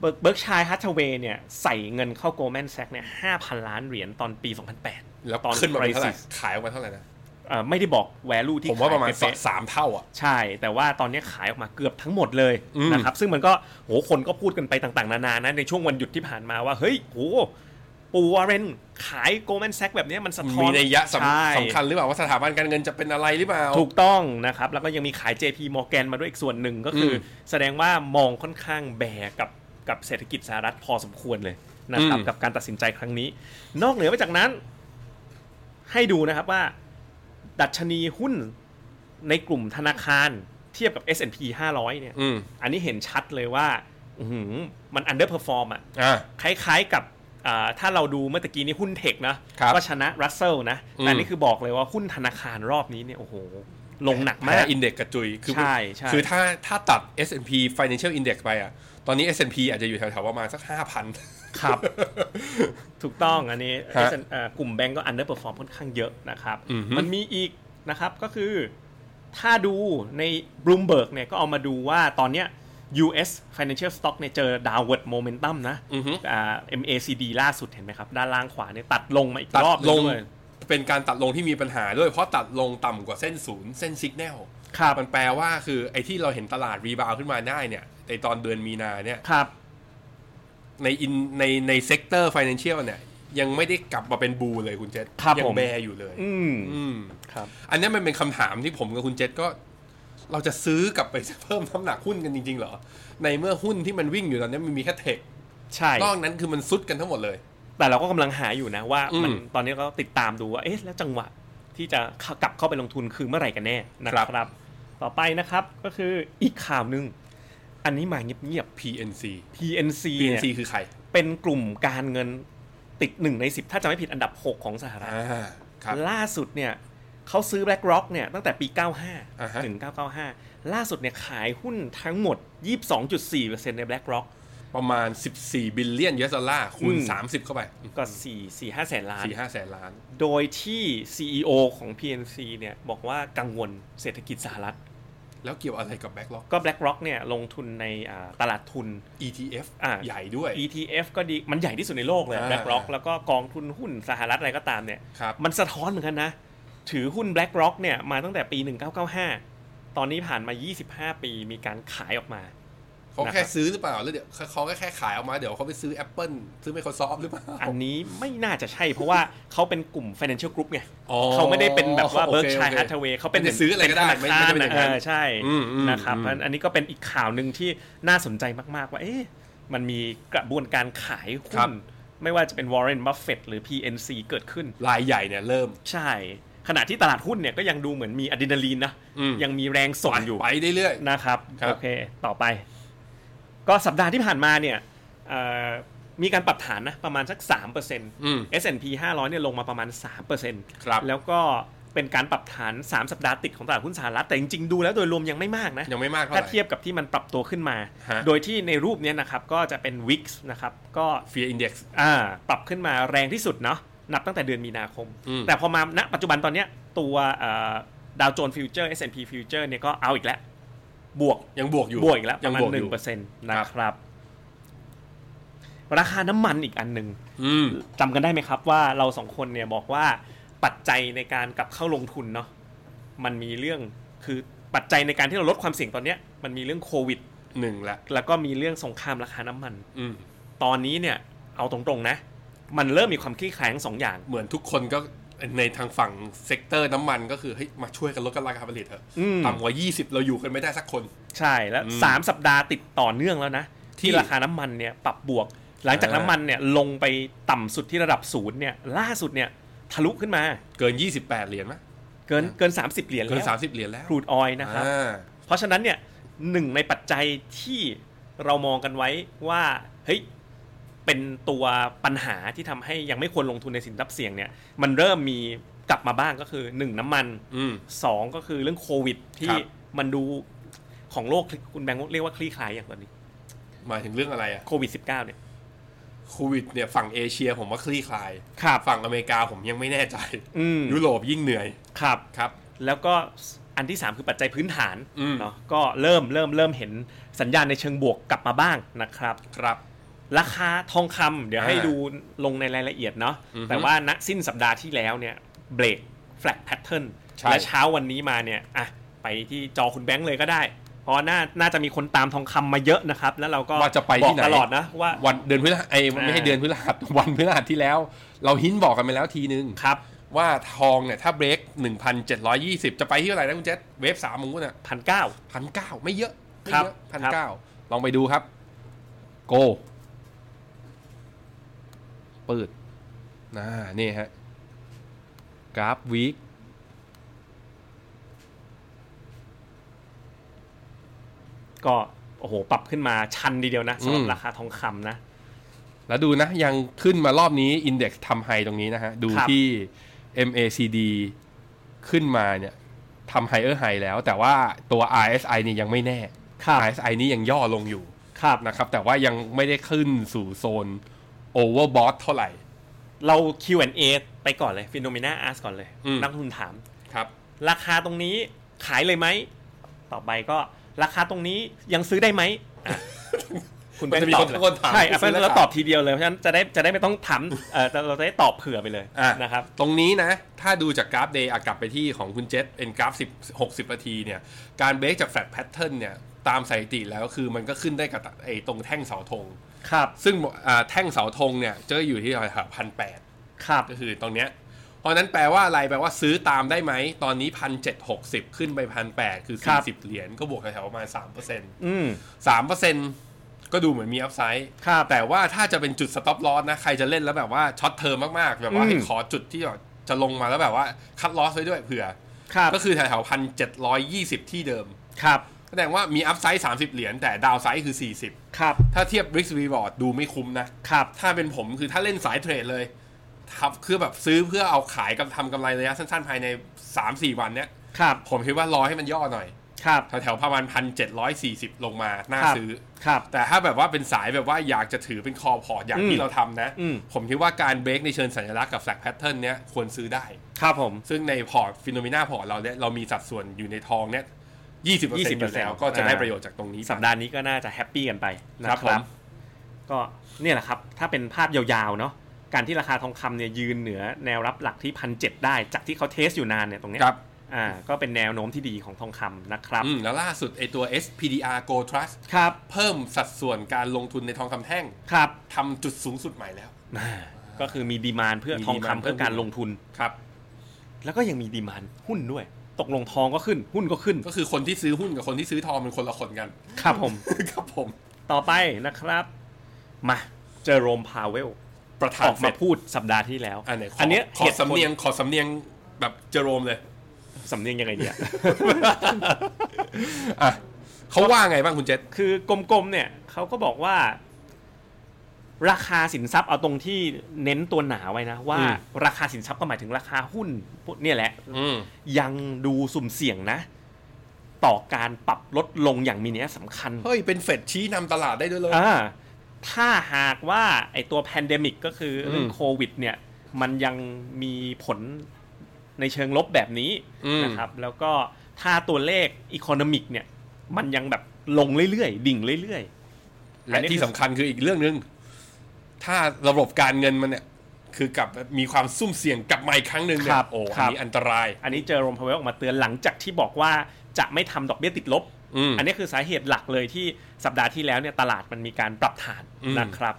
Speaker 3: เบิร์กชัยฮัตเวย์เนี่ยใส่เงินเข้าโกลแมนแซกเนี่ยห้าพันล้านเหรียญตอนปี 2008
Speaker 2: แล้ว
Speaker 3: ตอน
Speaker 2: ขึ้นมาเป็นเท่าไหร่
Speaker 3: crisis
Speaker 2: ขายออกมาเท่าไหร่นะ
Speaker 3: เอ่อไม่ได้บอก value ที่
Speaker 2: ผมว่าประมาณ
Speaker 3: ขยเๆ
Speaker 2: สามเท่าอ่ะ
Speaker 3: ใช่ แต่ว่าตอนนี้ขายออกมาเกือบทั้งหมดเลย
Speaker 2: อืม
Speaker 3: นะครับ ซึ่งมันก็โหคนก็พูดกันไปต่างๆ นานานะในช่วงวันหยุดที่ผ่านมาว่า เฮ้ยโหปูวอร์เรนขายโกลแมนแซกแบบเนี้ยมันสะท้อน
Speaker 2: มีนัยยะ
Speaker 3: ใช่
Speaker 2: สำสำคัญหรือเปล่าว่าสถาบันการเงินจะเป็นอะไรหรือเปล่า
Speaker 3: ถูกต้องนะครับ แล้วก็ยังมีขาย JP Morgan มาด้วยอีกส่วนหนึ่งก็คืออแสดงว่ามองค่อนข้างแบกกับกับเศรษฐกิจสหรัฐพอสมควรเลยนะครับ
Speaker 2: อืม
Speaker 3: กับการตัดสินใจครั้งนี้ นอกเหนือไปจากนั้น ให้ดูนะครับว่า ดัชนีหุ้นในกลุ่มธนาคารเทียบกับ S&P 500เนี่ย
Speaker 2: อืม
Speaker 3: อันนี้เห็นชัดเลยว่าอื้อหือมันอันเดอร์เพอร์ฟอร์มอ่ะ
Speaker 2: อ่า
Speaker 3: คล้ายๆกับอ่าถ้าเราดูเมื่อตะกี้นี้หุ้นเทคนะ
Speaker 2: ครับ
Speaker 3: ก็ชนะรัสเซลนะ
Speaker 2: อืม
Speaker 3: แต่นี่คือบอกเลยว่าหุ้นธนาคารรอบนี้เนี่ย โอ้โห ลงหนัก
Speaker 2: แพ้
Speaker 3: มาก
Speaker 2: อินเด็กกระจุย คือ
Speaker 3: ใช่ใช่
Speaker 2: คือถ้าถ้าตัด S&P Financial Index ไปอ่ะ ตอนนี้ S&P อาจจะอยู่แถวๆประมาณสัก 5,000
Speaker 3: ครับ ถูกต้องอัน นี้
Speaker 2: ฮะ
Speaker 3: เอ่อกลุ่มแบงก์ก็อันเดอร์เพอร์ฟอร์มค่อนข้างเยอะนะครับ
Speaker 2: อือฮึ
Speaker 3: มันมีอีกนะครับก็คือถ้าดูใน Bloomberg เนี่ยก็เอามาดูว่าตอนเนี้ย US Financial Stock เนี่ยเจอ downward momentum นะ
Speaker 2: อือฮึ
Speaker 3: อ่า MACD ล่าสุดเห็นไหมครับ ด้านล่างขวาเนี่ยตัดลงมาอีก
Speaker 2: ตัด
Speaker 3: รอบห
Speaker 2: ล
Speaker 3: นึ่
Speaker 2: ง
Speaker 3: ด้วย
Speaker 2: เป็นการตัดลงที่มีปัญหาด้วย เพราะตัดลงต่ำกว่าเส้นศูนย์เส้นสิกแนล
Speaker 3: ครับ
Speaker 2: มันแปลว่าคือไอ้ที่เราเห็นตลาดรีบาวขึ้นมาได้เนี่ยในตอนเดือนมีนาเนี่ย
Speaker 3: ครับ
Speaker 2: ในอินในในเซกเตอร์ financial เนี่ย ยังไม่ได้กลับมาเป็นบูเลยคุณเจษ
Speaker 3: ครับ
Speaker 2: ยั
Speaker 3: ผม
Speaker 2: แบร์อยู่เลย
Speaker 3: อืม
Speaker 2: อืม
Speaker 3: ครับ
Speaker 2: อันเนี้ยมันเป็นคำถามที่ผมกับคุณเจษก็ เราจะซื้อกลับไป เพิ่มน้ำหนักหุ้นกันจริงๆเหรอ ในเมื่อหุ้นที่มันวิ่งอยู่ตอนเนี้ยมันมีแค่เทค
Speaker 3: ใช่
Speaker 2: นอกนั้นคือมันซุดกันทั้งหมดเลย
Speaker 3: แต่เราก็กำลังหาอยู่นะว่ามัน
Speaker 2: อืม
Speaker 3: ตอนนี้ก็ติดตามดูว่าเอ๊ะแล้วจังหวะที่จะเข้ากลับเข้าไปลงทุนคือเมื่อไหร่กันแน่นะค
Speaker 2: ครั
Speaker 3: รับ
Speaker 2: บ
Speaker 3: ต่อไปนะครับก็คืออีกข่าวหนึ่งอันนี้มาเงียบ
Speaker 2: PNC
Speaker 3: ๆ PNC เนี่ย
Speaker 2: PNC คือใคร
Speaker 3: เป็นกลุ่มการเงินติดหนึ่งใน 10 ถ้าจะไม่ผิดอันดับ 6 ของสหรัฐ
Speaker 2: อ่าครับ
Speaker 3: ล่าสุดเนี่ยเขาซื้อ BlackRock เนี่ยตั้งแต่ปี
Speaker 2: อ่าฮะ
Speaker 3: 95 ถึง 995 ล่าสุดเนี่ยขายหุ้นทั้งหมด 22.4%ใน BlackRock
Speaker 2: ประมาณ 14 บิลเลียนยูเอสดอลลาร์คูณ
Speaker 3: อืม
Speaker 2: 30 เข้าไป
Speaker 3: ก็ 4 4 5แสนล้าน
Speaker 2: สี่ห้าแสนล้าน
Speaker 3: โดยที่ CEO ของ PNC เนี่ยบอกว่ากังวลเศรษฐกิจสหรัฐ
Speaker 2: แล้วเกี่ยวอะไรกับแบ็กล็อก
Speaker 3: ก็ BlackRock เนี่ยลงทุนในอ่าตลาดทุน
Speaker 2: ETF
Speaker 3: อ่า
Speaker 2: ใหญ่ด้วย
Speaker 3: ETF ก็ดี มันใหญ่ที่สุดในโลกเลย
Speaker 2: อ่า
Speaker 3: BlackRock แล้วก็กองทุนหุ้นสหรัฐอะไรก็ตามเนี่ย
Speaker 2: ครับ
Speaker 3: มันสะท้อนเหมือนกันนะ ถือหุ้น BlackRock เนี่ยมาตั้งแต่ปี 1995 ตอนนี้ผ่านมา 25 ปีมีการขายออกมา
Speaker 2: เขา
Speaker 3: นะครับ
Speaker 2: แค่ซื้อหรือเปล่าแล้วเดี๋ยวเขาก็แค่ขายออกมาเดี๋ยวเขาไปซื้อ Apple ซื้อ Microsoft หรือเปล่า
Speaker 3: อันนี้ไม่น่าจะใช่เพราะว่าเขาเป็นกลุ่ม financial group ไง
Speaker 2: อ๋อ
Speaker 3: เขาไม่ได้เป็นแบบว่า
Speaker 2: โอเค
Speaker 3: Berkshire
Speaker 2: โอเค
Speaker 3: Hathaway เขาเป็น
Speaker 2: ไม่ได้ซื้ออะไรก็ได้
Speaker 3: เป็นธนาคาร
Speaker 2: ไม่ไม่ได้เป็นอย่างนั้
Speaker 3: เอน อใช่
Speaker 2: อืมอืม
Speaker 3: นะครับ
Speaker 2: อืม
Speaker 3: เพราะฉะนั้นอันนี้ก็เป็นอีกข่าวหนึ่งที่น่าสนใจมากๆว่า เอ๊ะมันมีกระบวนการขายหุ้นไม่ว่าจะเป็น Warren Buffett หรือ PNC เกิดขึ้น
Speaker 2: รายใหญ่เนี่ยเริ่ม
Speaker 3: ใช่ ขณะที่ตลาดหุ้นเนี่ยก็ยังดูเหมือนมีอะดรีนาลีนนะ
Speaker 2: อืม
Speaker 3: ยังมีแรงส่งอยู่
Speaker 2: ไปเรื่อย
Speaker 3: นะครับ
Speaker 2: ครับ
Speaker 3: โอเค ต่อไป ก็สัปดาห์ที่ผ่านมาเนี่ยเอ่อมีการปรับฐานนะประมาณสัก 3%
Speaker 2: ๆอืม
Speaker 3: S&P 500เนี่ยลงมาประมาณ 3%
Speaker 2: ครับ
Speaker 3: แล้วก็เป็นการปรับฐาน 3 สัปดาห์ติดของตลาดหุ้นสหรัฐ แต่จริง ๆ ดูแล้วโดยรวมยังไม่มากนะ
Speaker 2: ยังไม่มากเท่าไห
Speaker 3: ถ้า
Speaker 2: ร่
Speaker 3: เทียบกับที่มันปรับตัวขึ้นมา
Speaker 2: ฮะ
Speaker 3: โดยที่ในรูปเนี้ยนะครับ ก็จะเป็น WIX นะครับ ก็
Speaker 2: Fear Index
Speaker 3: อ่าปรับขึ้นมาแรงที่สุดเนาะนับตั้งแต่เดือนมีนาคม
Speaker 2: อืม
Speaker 3: แต่พอมาณปัจจุบันตอนเนี้ยตัวดาวโจนส์ฟิวเจอร์ S&P ฟิวเจอร์เนี่ยก็เอาอีกแล้ว บวก
Speaker 2: ยังบวกอยู่
Speaker 3: บวกอีกแล้วป
Speaker 2: ยั
Speaker 3: ระ
Speaker 2: ง
Speaker 3: มาณ
Speaker 2: บวก
Speaker 3: ห
Speaker 2: อ
Speaker 3: นึ่ง
Speaker 2: ยู่
Speaker 3: เปอร์เซ็นต์
Speaker 2: ครั
Speaker 3: นะ
Speaker 2: บ
Speaker 3: ครับ ราคาน้ำมันอีกอันหนึ่ง
Speaker 2: อืม
Speaker 3: จำกันได้ไหมครับว่าเราสองคนเนี่ยบอกว่าปัจจัยในการกลับเข้าลงทุนเนาะมันมีเรื่องคือปัจจัยในการที่เราลดความเสี่ยงตอนเนี้ยมันมีเรื่องโควิด
Speaker 2: หนึ่งละ
Speaker 3: แล้วก็มีเรื่องสงครามราคาน้ำมัน
Speaker 2: อืม
Speaker 3: ตอนนี้เนี่ยเอาตรงๆนะ มันเริ่มมีความคลี่คลายทั้งสองอย่าง
Speaker 2: เหมือนทุกคนก็ในทางฝั่งเซกเตอร์น้ำมันก็คือเฮ้ยมาช่วยกันลดกันราคาผลิตเถอะ
Speaker 3: อืม
Speaker 2: ต่ำกว่า 20 เราอยู่กันไม่ได้สักคน
Speaker 3: ใช่แล้ว
Speaker 2: อืม
Speaker 3: สามสัปดาห์ติดต่อเนื่องแล้วนะ ที่
Speaker 2: ที่
Speaker 3: ราคาน้ำมันเนี่ยปรับบวก หลังจาก
Speaker 2: อ่า
Speaker 3: น้ำมันเนี่ยลงไปต่ำสุดที่ระดับศูนย์เนี่ยล่าสุดเนี่ยทะลุขึ้นมา
Speaker 2: เกิน 28 เหรียญไหม
Speaker 3: เกินเกิน 30 เหรียญ
Speaker 2: เกิน
Speaker 3: แล้ว
Speaker 2: 30 เหรียญแล้ว
Speaker 3: ครูดออยนะครับ
Speaker 2: อ่า
Speaker 3: เพราะฉะนั้นเนี่ยหนึ่งในปัจจัยที่เรามองกันไว้ว่าเฮ้ยเป็นตัวปัญหาที่ทำให้ยังไม่ควรลงทุนในสินทรัพย์เสี่ยงเนี่ยมันเริ่มมีกลับมาบ้างก็คือหนึ่งน้ำมัน
Speaker 2: อืม
Speaker 3: สองก็คือเรื่องโควิด
Speaker 2: ค
Speaker 3: ที่
Speaker 2: รับ
Speaker 3: มันดูของโลกคุณแบงค์เรียกว่าคลี่คลายอย่างตอนนี้
Speaker 2: หมายถึงเรื่องอะไรอะ
Speaker 3: โควิด -19 เนี่ย
Speaker 2: โควิดเนี่ยฝั่งเอเชียผมว่าคลี่คลาย
Speaker 3: ครับ
Speaker 2: ฝั่งอเมริกาผมยังไม่แน่ใจ
Speaker 3: อืม
Speaker 2: ยุโรปยิ่งเหนื่อย
Speaker 3: ครับ
Speaker 2: ครับ
Speaker 3: แล้วก็อันที่ 3 คือปัจจัยพื้นฐาน
Speaker 2: อืม
Speaker 3: เนาะก็เริ่มเริ่มเริ่มเห็นสัญญาณในเชิงบวกกลับมาบ้างนะครับ
Speaker 2: ครับ
Speaker 3: ราคาทองคำเดี๋ยว
Speaker 2: อ่า
Speaker 3: ให้ดูลงในรายละเอียดเนาะ
Speaker 2: อือฮึ
Speaker 3: แต่ว่าณสิ้นสัปดาห์ที่แล้วเนี่ยเบรกแฟลกแพทเทิร์น
Speaker 2: ใช่
Speaker 3: และเช้าวันนี้มาเนี่ยอ่ะไปที่จอคุณแบงค์เลยก็ได้ เพราะน่าน่าจะมีคนตามทองคำมาเยอะนะครับ แล้วเราก็
Speaker 2: ว่าจะไป
Speaker 3: บอ
Speaker 2: ที่
Speaker 3: ก
Speaker 2: ไหน
Speaker 3: ตลอดนะว่า
Speaker 2: วันเดือนพฤหัสไอ้ยไม่
Speaker 3: อ่า
Speaker 2: ใช่เดือนพฤหัส วันพฤหัสที่แล้ว เราหินบอกกันไปแล้วทีนึง
Speaker 3: ครับ
Speaker 2: ว่าทองเนี่ย ถ้าเบรก 1,720 จะไปที่เท่าไหร่นะคุณเจษเวฟสามของคุณอ่ะ
Speaker 3: พันเก้า
Speaker 2: พันเก้าไม่เยอะ ไม่
Speaker 3: ครับ
Speaker 2: เยอะพัน
Speaker 3: ครั
Speaker 2: เก้า
Speaker 3: บ
Speaker 2: ลองไปดูครับ โกปืดน่านี่ฮะ กราฟวีค
Speaker 3: ก็โอ้โห ปรับขึ้นมาชันดีเดียวนะสำหรับราคาทองคำนะ
Speaker 2: แล้วดูนะ ยังขึ้นมารอบนี้อินเด็กซ์ทำไฮตรงนี้นะฮะ ดู
Speaker 3: ครับ
Speaker 2: ที่ MACD ขึ้นมาเนี่ยทำไฮเออร์ไฮแล้ว แต่ว่าตัว RSI นี่ยังไม่แน่
Speaker 3: ครับ
Speaker 2: RSI นี่ยังย่อลงอยู่
Speaker 3: ครับ
Speaker 2: นะครับแต่ว่ายังไม่ได้ขึ้นสู่โซนโอเวอร์บอทเท่าไหร่
Speaker 3: เรา Q&A ไปก่อนเลยฟิโนเมนาอาร์ก่อนเลย
Speaker 2: อืม
Speaker 3: นักลงทุนถาม
Speaker 2: ครับ
Speaker 3: ราคาตรงนี้ขายเลยไหม ต่อไปก็ราคาตรงนี้ยังซื้อได้ไหม อ่ะคุณ
Speaker 2: มันจะมี
Speaker 3: แบ
Speaker 2: ค
Speaker 3: ง
Speaker 2: น
Speaker 3: เลย
Speaker 2: คนถาม
Speaker 3: ใช่อ่ะเพราะฉะ
Speaker 2: ซื้
Speaker 3: นั้
Speaker 2: อน รา
Speaker 3: เรา
Speaker 2: คา
Speaker 3: ตอบทีเดียวเลย เพราะฉะนั้นจะได้จะได้ไม่ต้องถามเออเราจะได้ตอบเผื่อไปเลย
Speaker 2: อ่ะ
Speaker 3: นะครับ
Speaker 2: ตรงนี้นะ ถ้าดูจากกราฟเดย์กลับไปที่ของคุณเจษเป็นกราฟ 10 60นาทีเนี่ย การเบรกจากแฟลตแพทเทิร์นเนี่ย ตามสถิติแล้วคือมันก็ขึ้นได้กับไอ้ตรงแท่งเสาธง
Speaker 3: ครับ
Speaker 2: ซึ่งอ่าแท่งเสาธงเนี่ย เจออยู่ที่แถวพันแปด
Speaker 3: ครับ
Speaker 2: ก็คือตรงเนี้ย เพราะฉะนั้นแปลว่าอะไรแปลว่าซื้อตามได้ไหม ตอนนี้พันเจ็ดหกสิบขึ้นไปพันแปดคือ
Speaker 3: ครั
Speaker 2: สี่
Speaker 3: บ
Speaker 2: สิบเหรียญก็บวกแถวๆประมาณสามเปอร์เซ็นต์
Speaker 3: อืม
Speaker 2: สามเปอร์เซ็นต์ก็ดูเหมือนมีอัพไซด์
Speaker 3: ครับ
Speaker 2: แต่ว่าถ้าจะเป็นจุดสต็อปลอสนะ ใครจะเล่นแล้วแบบว่าช็อตเทอมมากๆ แบบว่า
Speaker 3: อืม
Speaker 2: ให้ขอจุดที่แบบจะลงมาแล้วแบบว่าคัดลอสไว้ด้วยเผื่อ
Speaker 3: ครับ
Speaker 2: ก็คือแถวๆพันเจ็ดร้อยยี่สิบที่เดิม
Speaker 3: ครับ
Speaker 2: แสดงว่ามีอัพไซด์สามสิบเหรียญแต่ดาวไซด์คือสี่สิบ
Speaker 3: ครับ
Speaker 2: ถ้าเทียบริสวีบอร์ดดูไม่คุ้มนะ
Speaker 3: ครับ
Speaker 2: ถ้าเป็นผมคือถ้าเล่นสายเทรดเลยทับคือแบบซื้อเพื่อเอาขายกับทำกำไรระยะสั้นๆ ภายใน 3-4 วันเนี้ย
Speaker 3: ครับ
Speaker 2: ผมคิดว่ารอให้มันย่อหน่อย
Speaker 3: ครับ
Speaker 2: แถวๆประมาณพันเจ็ดร้อยสี่สิบลงมาน่า
Speaker 3: ครับ
Speaker 2: ซื้อ
Speaker 3: ครับ
Speaker 2: แต่ถ้าแบบว่าเป็นสายแบบว่าอยากจะถือเป็นคอพอร์ตอย่าง
Speaker 3: อื
Speaker 2: ที่
Speaker 3: ม
Speaker 2: เราทำนะ
Speaker 3: อืม
Speaker 2: ผมคิดว่าการเบรกในเชิงสัญลักษณ์กับแฟลกแพทเทิร์นเนี้ยควรซื้อได้
Speaker 3: ครับผม
Speaker 2: ซึ่งในพอร์ตฟิโนเมนาพอร์ตเราเนี่ยเรามีสัดส่วนอยู่ในทองเนี่ยยี่สิบเปอร์เซ็นต์อยู่แล้ว
Speaker 3: 20%
Speaker 2: ก็จะได้ประโยชน์จากตรงนี้ไป
Speaker 3: สัปดาห์นี้ก็น่าจะแฮปปี้กันไปนะ
Speaker 2: ค
Speaker 3: ค
Speaker 2: รั
Speaker 3: รั
Speaker 2: บบ ผม
Speaker 3: ก็เนี่ยแหละครับ ถ้าเป็นภาพยาวๆเนาะการที่ราคาทองคำเนี่ยยืนเหนือแนวรับหลักที่พันเได้จากที่เขาเทสอยู่นานเนี่ยตรงเนี้ย
Speaker 2: ครับ
Speaker 3: อ่าก็เป็นแนวโน้มที่ดีของทองคำนะครับ
Speaker 2: อืมแล้วล่าสุดไอตัว SPDR Gold Trust
Speaker 3: ครับ
Speaker 2: เพิ่มสัดส่วนการลงทุนในทองคำแท่ง
Speaker 3: ครับ
Speaker 2: ทำจุดสูงสุดใหม่แล้ว
Speaker 3: อ่าก็คือมีดีมานเพื่อ
Speaker 2: มี
Speaker 3: ทองคำ
Speaker 2: demand
Speaker 3: เพื่อการลงทุน
Speaker 2: ครับ
Speaker 3: แล้วก็ยังมีดีมานหุ้นด้วย ตกลงทองก็ขึ้น หุ้นก็ขึ้น
Speaker 2: ก็คือคนที่ซื้อหุ้นกับคนที่ซื้อทองเป็นคนละคนกัน
Speaker 3: ครับผม
Speaker 2: ครับผม
Speaker 3: ต่อไปนะครับ มาเจอโรมพาเวล
Speaker 2: ประธา
Speaker 3: อน อกมาพูดสัปดาห์ที่แล้ว
Speaker 2: อันไหนข
Speaker 3: นเนี้ย
Speaker 2: ขอ
Speaker 3: หตุผล
Speaker 2: สำเนียงขอสำเนียงแบบเจอโรมเลย
Speaker 3: สำเนียงยังไงเนี่ย
Speaker 2: อ่ะเขาว่าไงบ้างคุณเจษ
Speaker 3: คือกลมๆเนี่ยเขาก็บอกว่า ราคาสินทรัพย์เอาตรงที่เน้นตัวหนาไว้นะ ว่า
Speaker 2: อืม
Speaker 3: ราคาสินทรัพย์ก็หมายถึงราคาหุ้นพวกเนี่ยแหละ
Speaker 2: อืม
Speaker 3: ยังดูสุ่มเสี่ยงนะ ต่อการปรับลดลงอย่างมีนัยสำคัญ
Speaker 2: เฮ้ย เป็นเฟดชี้นำตลาดได้ด้วยเลย
Speaker 3: อ่าถ้าหากว่าไอตัวแพนเดมิกก็คือเรื่อง
Speaker 2: อืม
Speaker 3: โควิดเนี่ย มันยังมีผลในเชิงลบแบบนี้
Speaker 2: อืม
Speaker 3: นะครับ แล้วก็ถ้าตัวเลขอีโคโนมิกเนี่ย มันยังแบบลงเรื่อยๆ ดิ่งเรื่อย
Speaker 2: และที่สำคัญคืออีกเรื่องหนึ่งถ้าระบบการเงินมันเนี่ย คือกลับมีความซุ่มเสี่ยงกลับมาอีกครั้งหนึ่งเนี่
Speaker 3: ครั
Speaker 2: ย
Speaker 3: บ
Speaker 2: โอ้
Speaker 3: ค
Speaker 2: อั
Speaker 3: รั
Speaker 2: น
Speaker 3: บ
Speaker 2: นี้อันตราย
Speaker 3: อันนี้เจอโรมพาวเวลออกมาเตือนหลังจากที่บอกว่าจะไม่ทำดอกเบี้ยติดลบ
Speaker 2: อืม
Speaker 3: อันนี้คือสาเหตุหลักเลยที่สัปดาห์ที่แล้วเนี่ยตลาดมันมีการปรับฐาน
Speaker 2: อืม
Speaker 3: นะครับ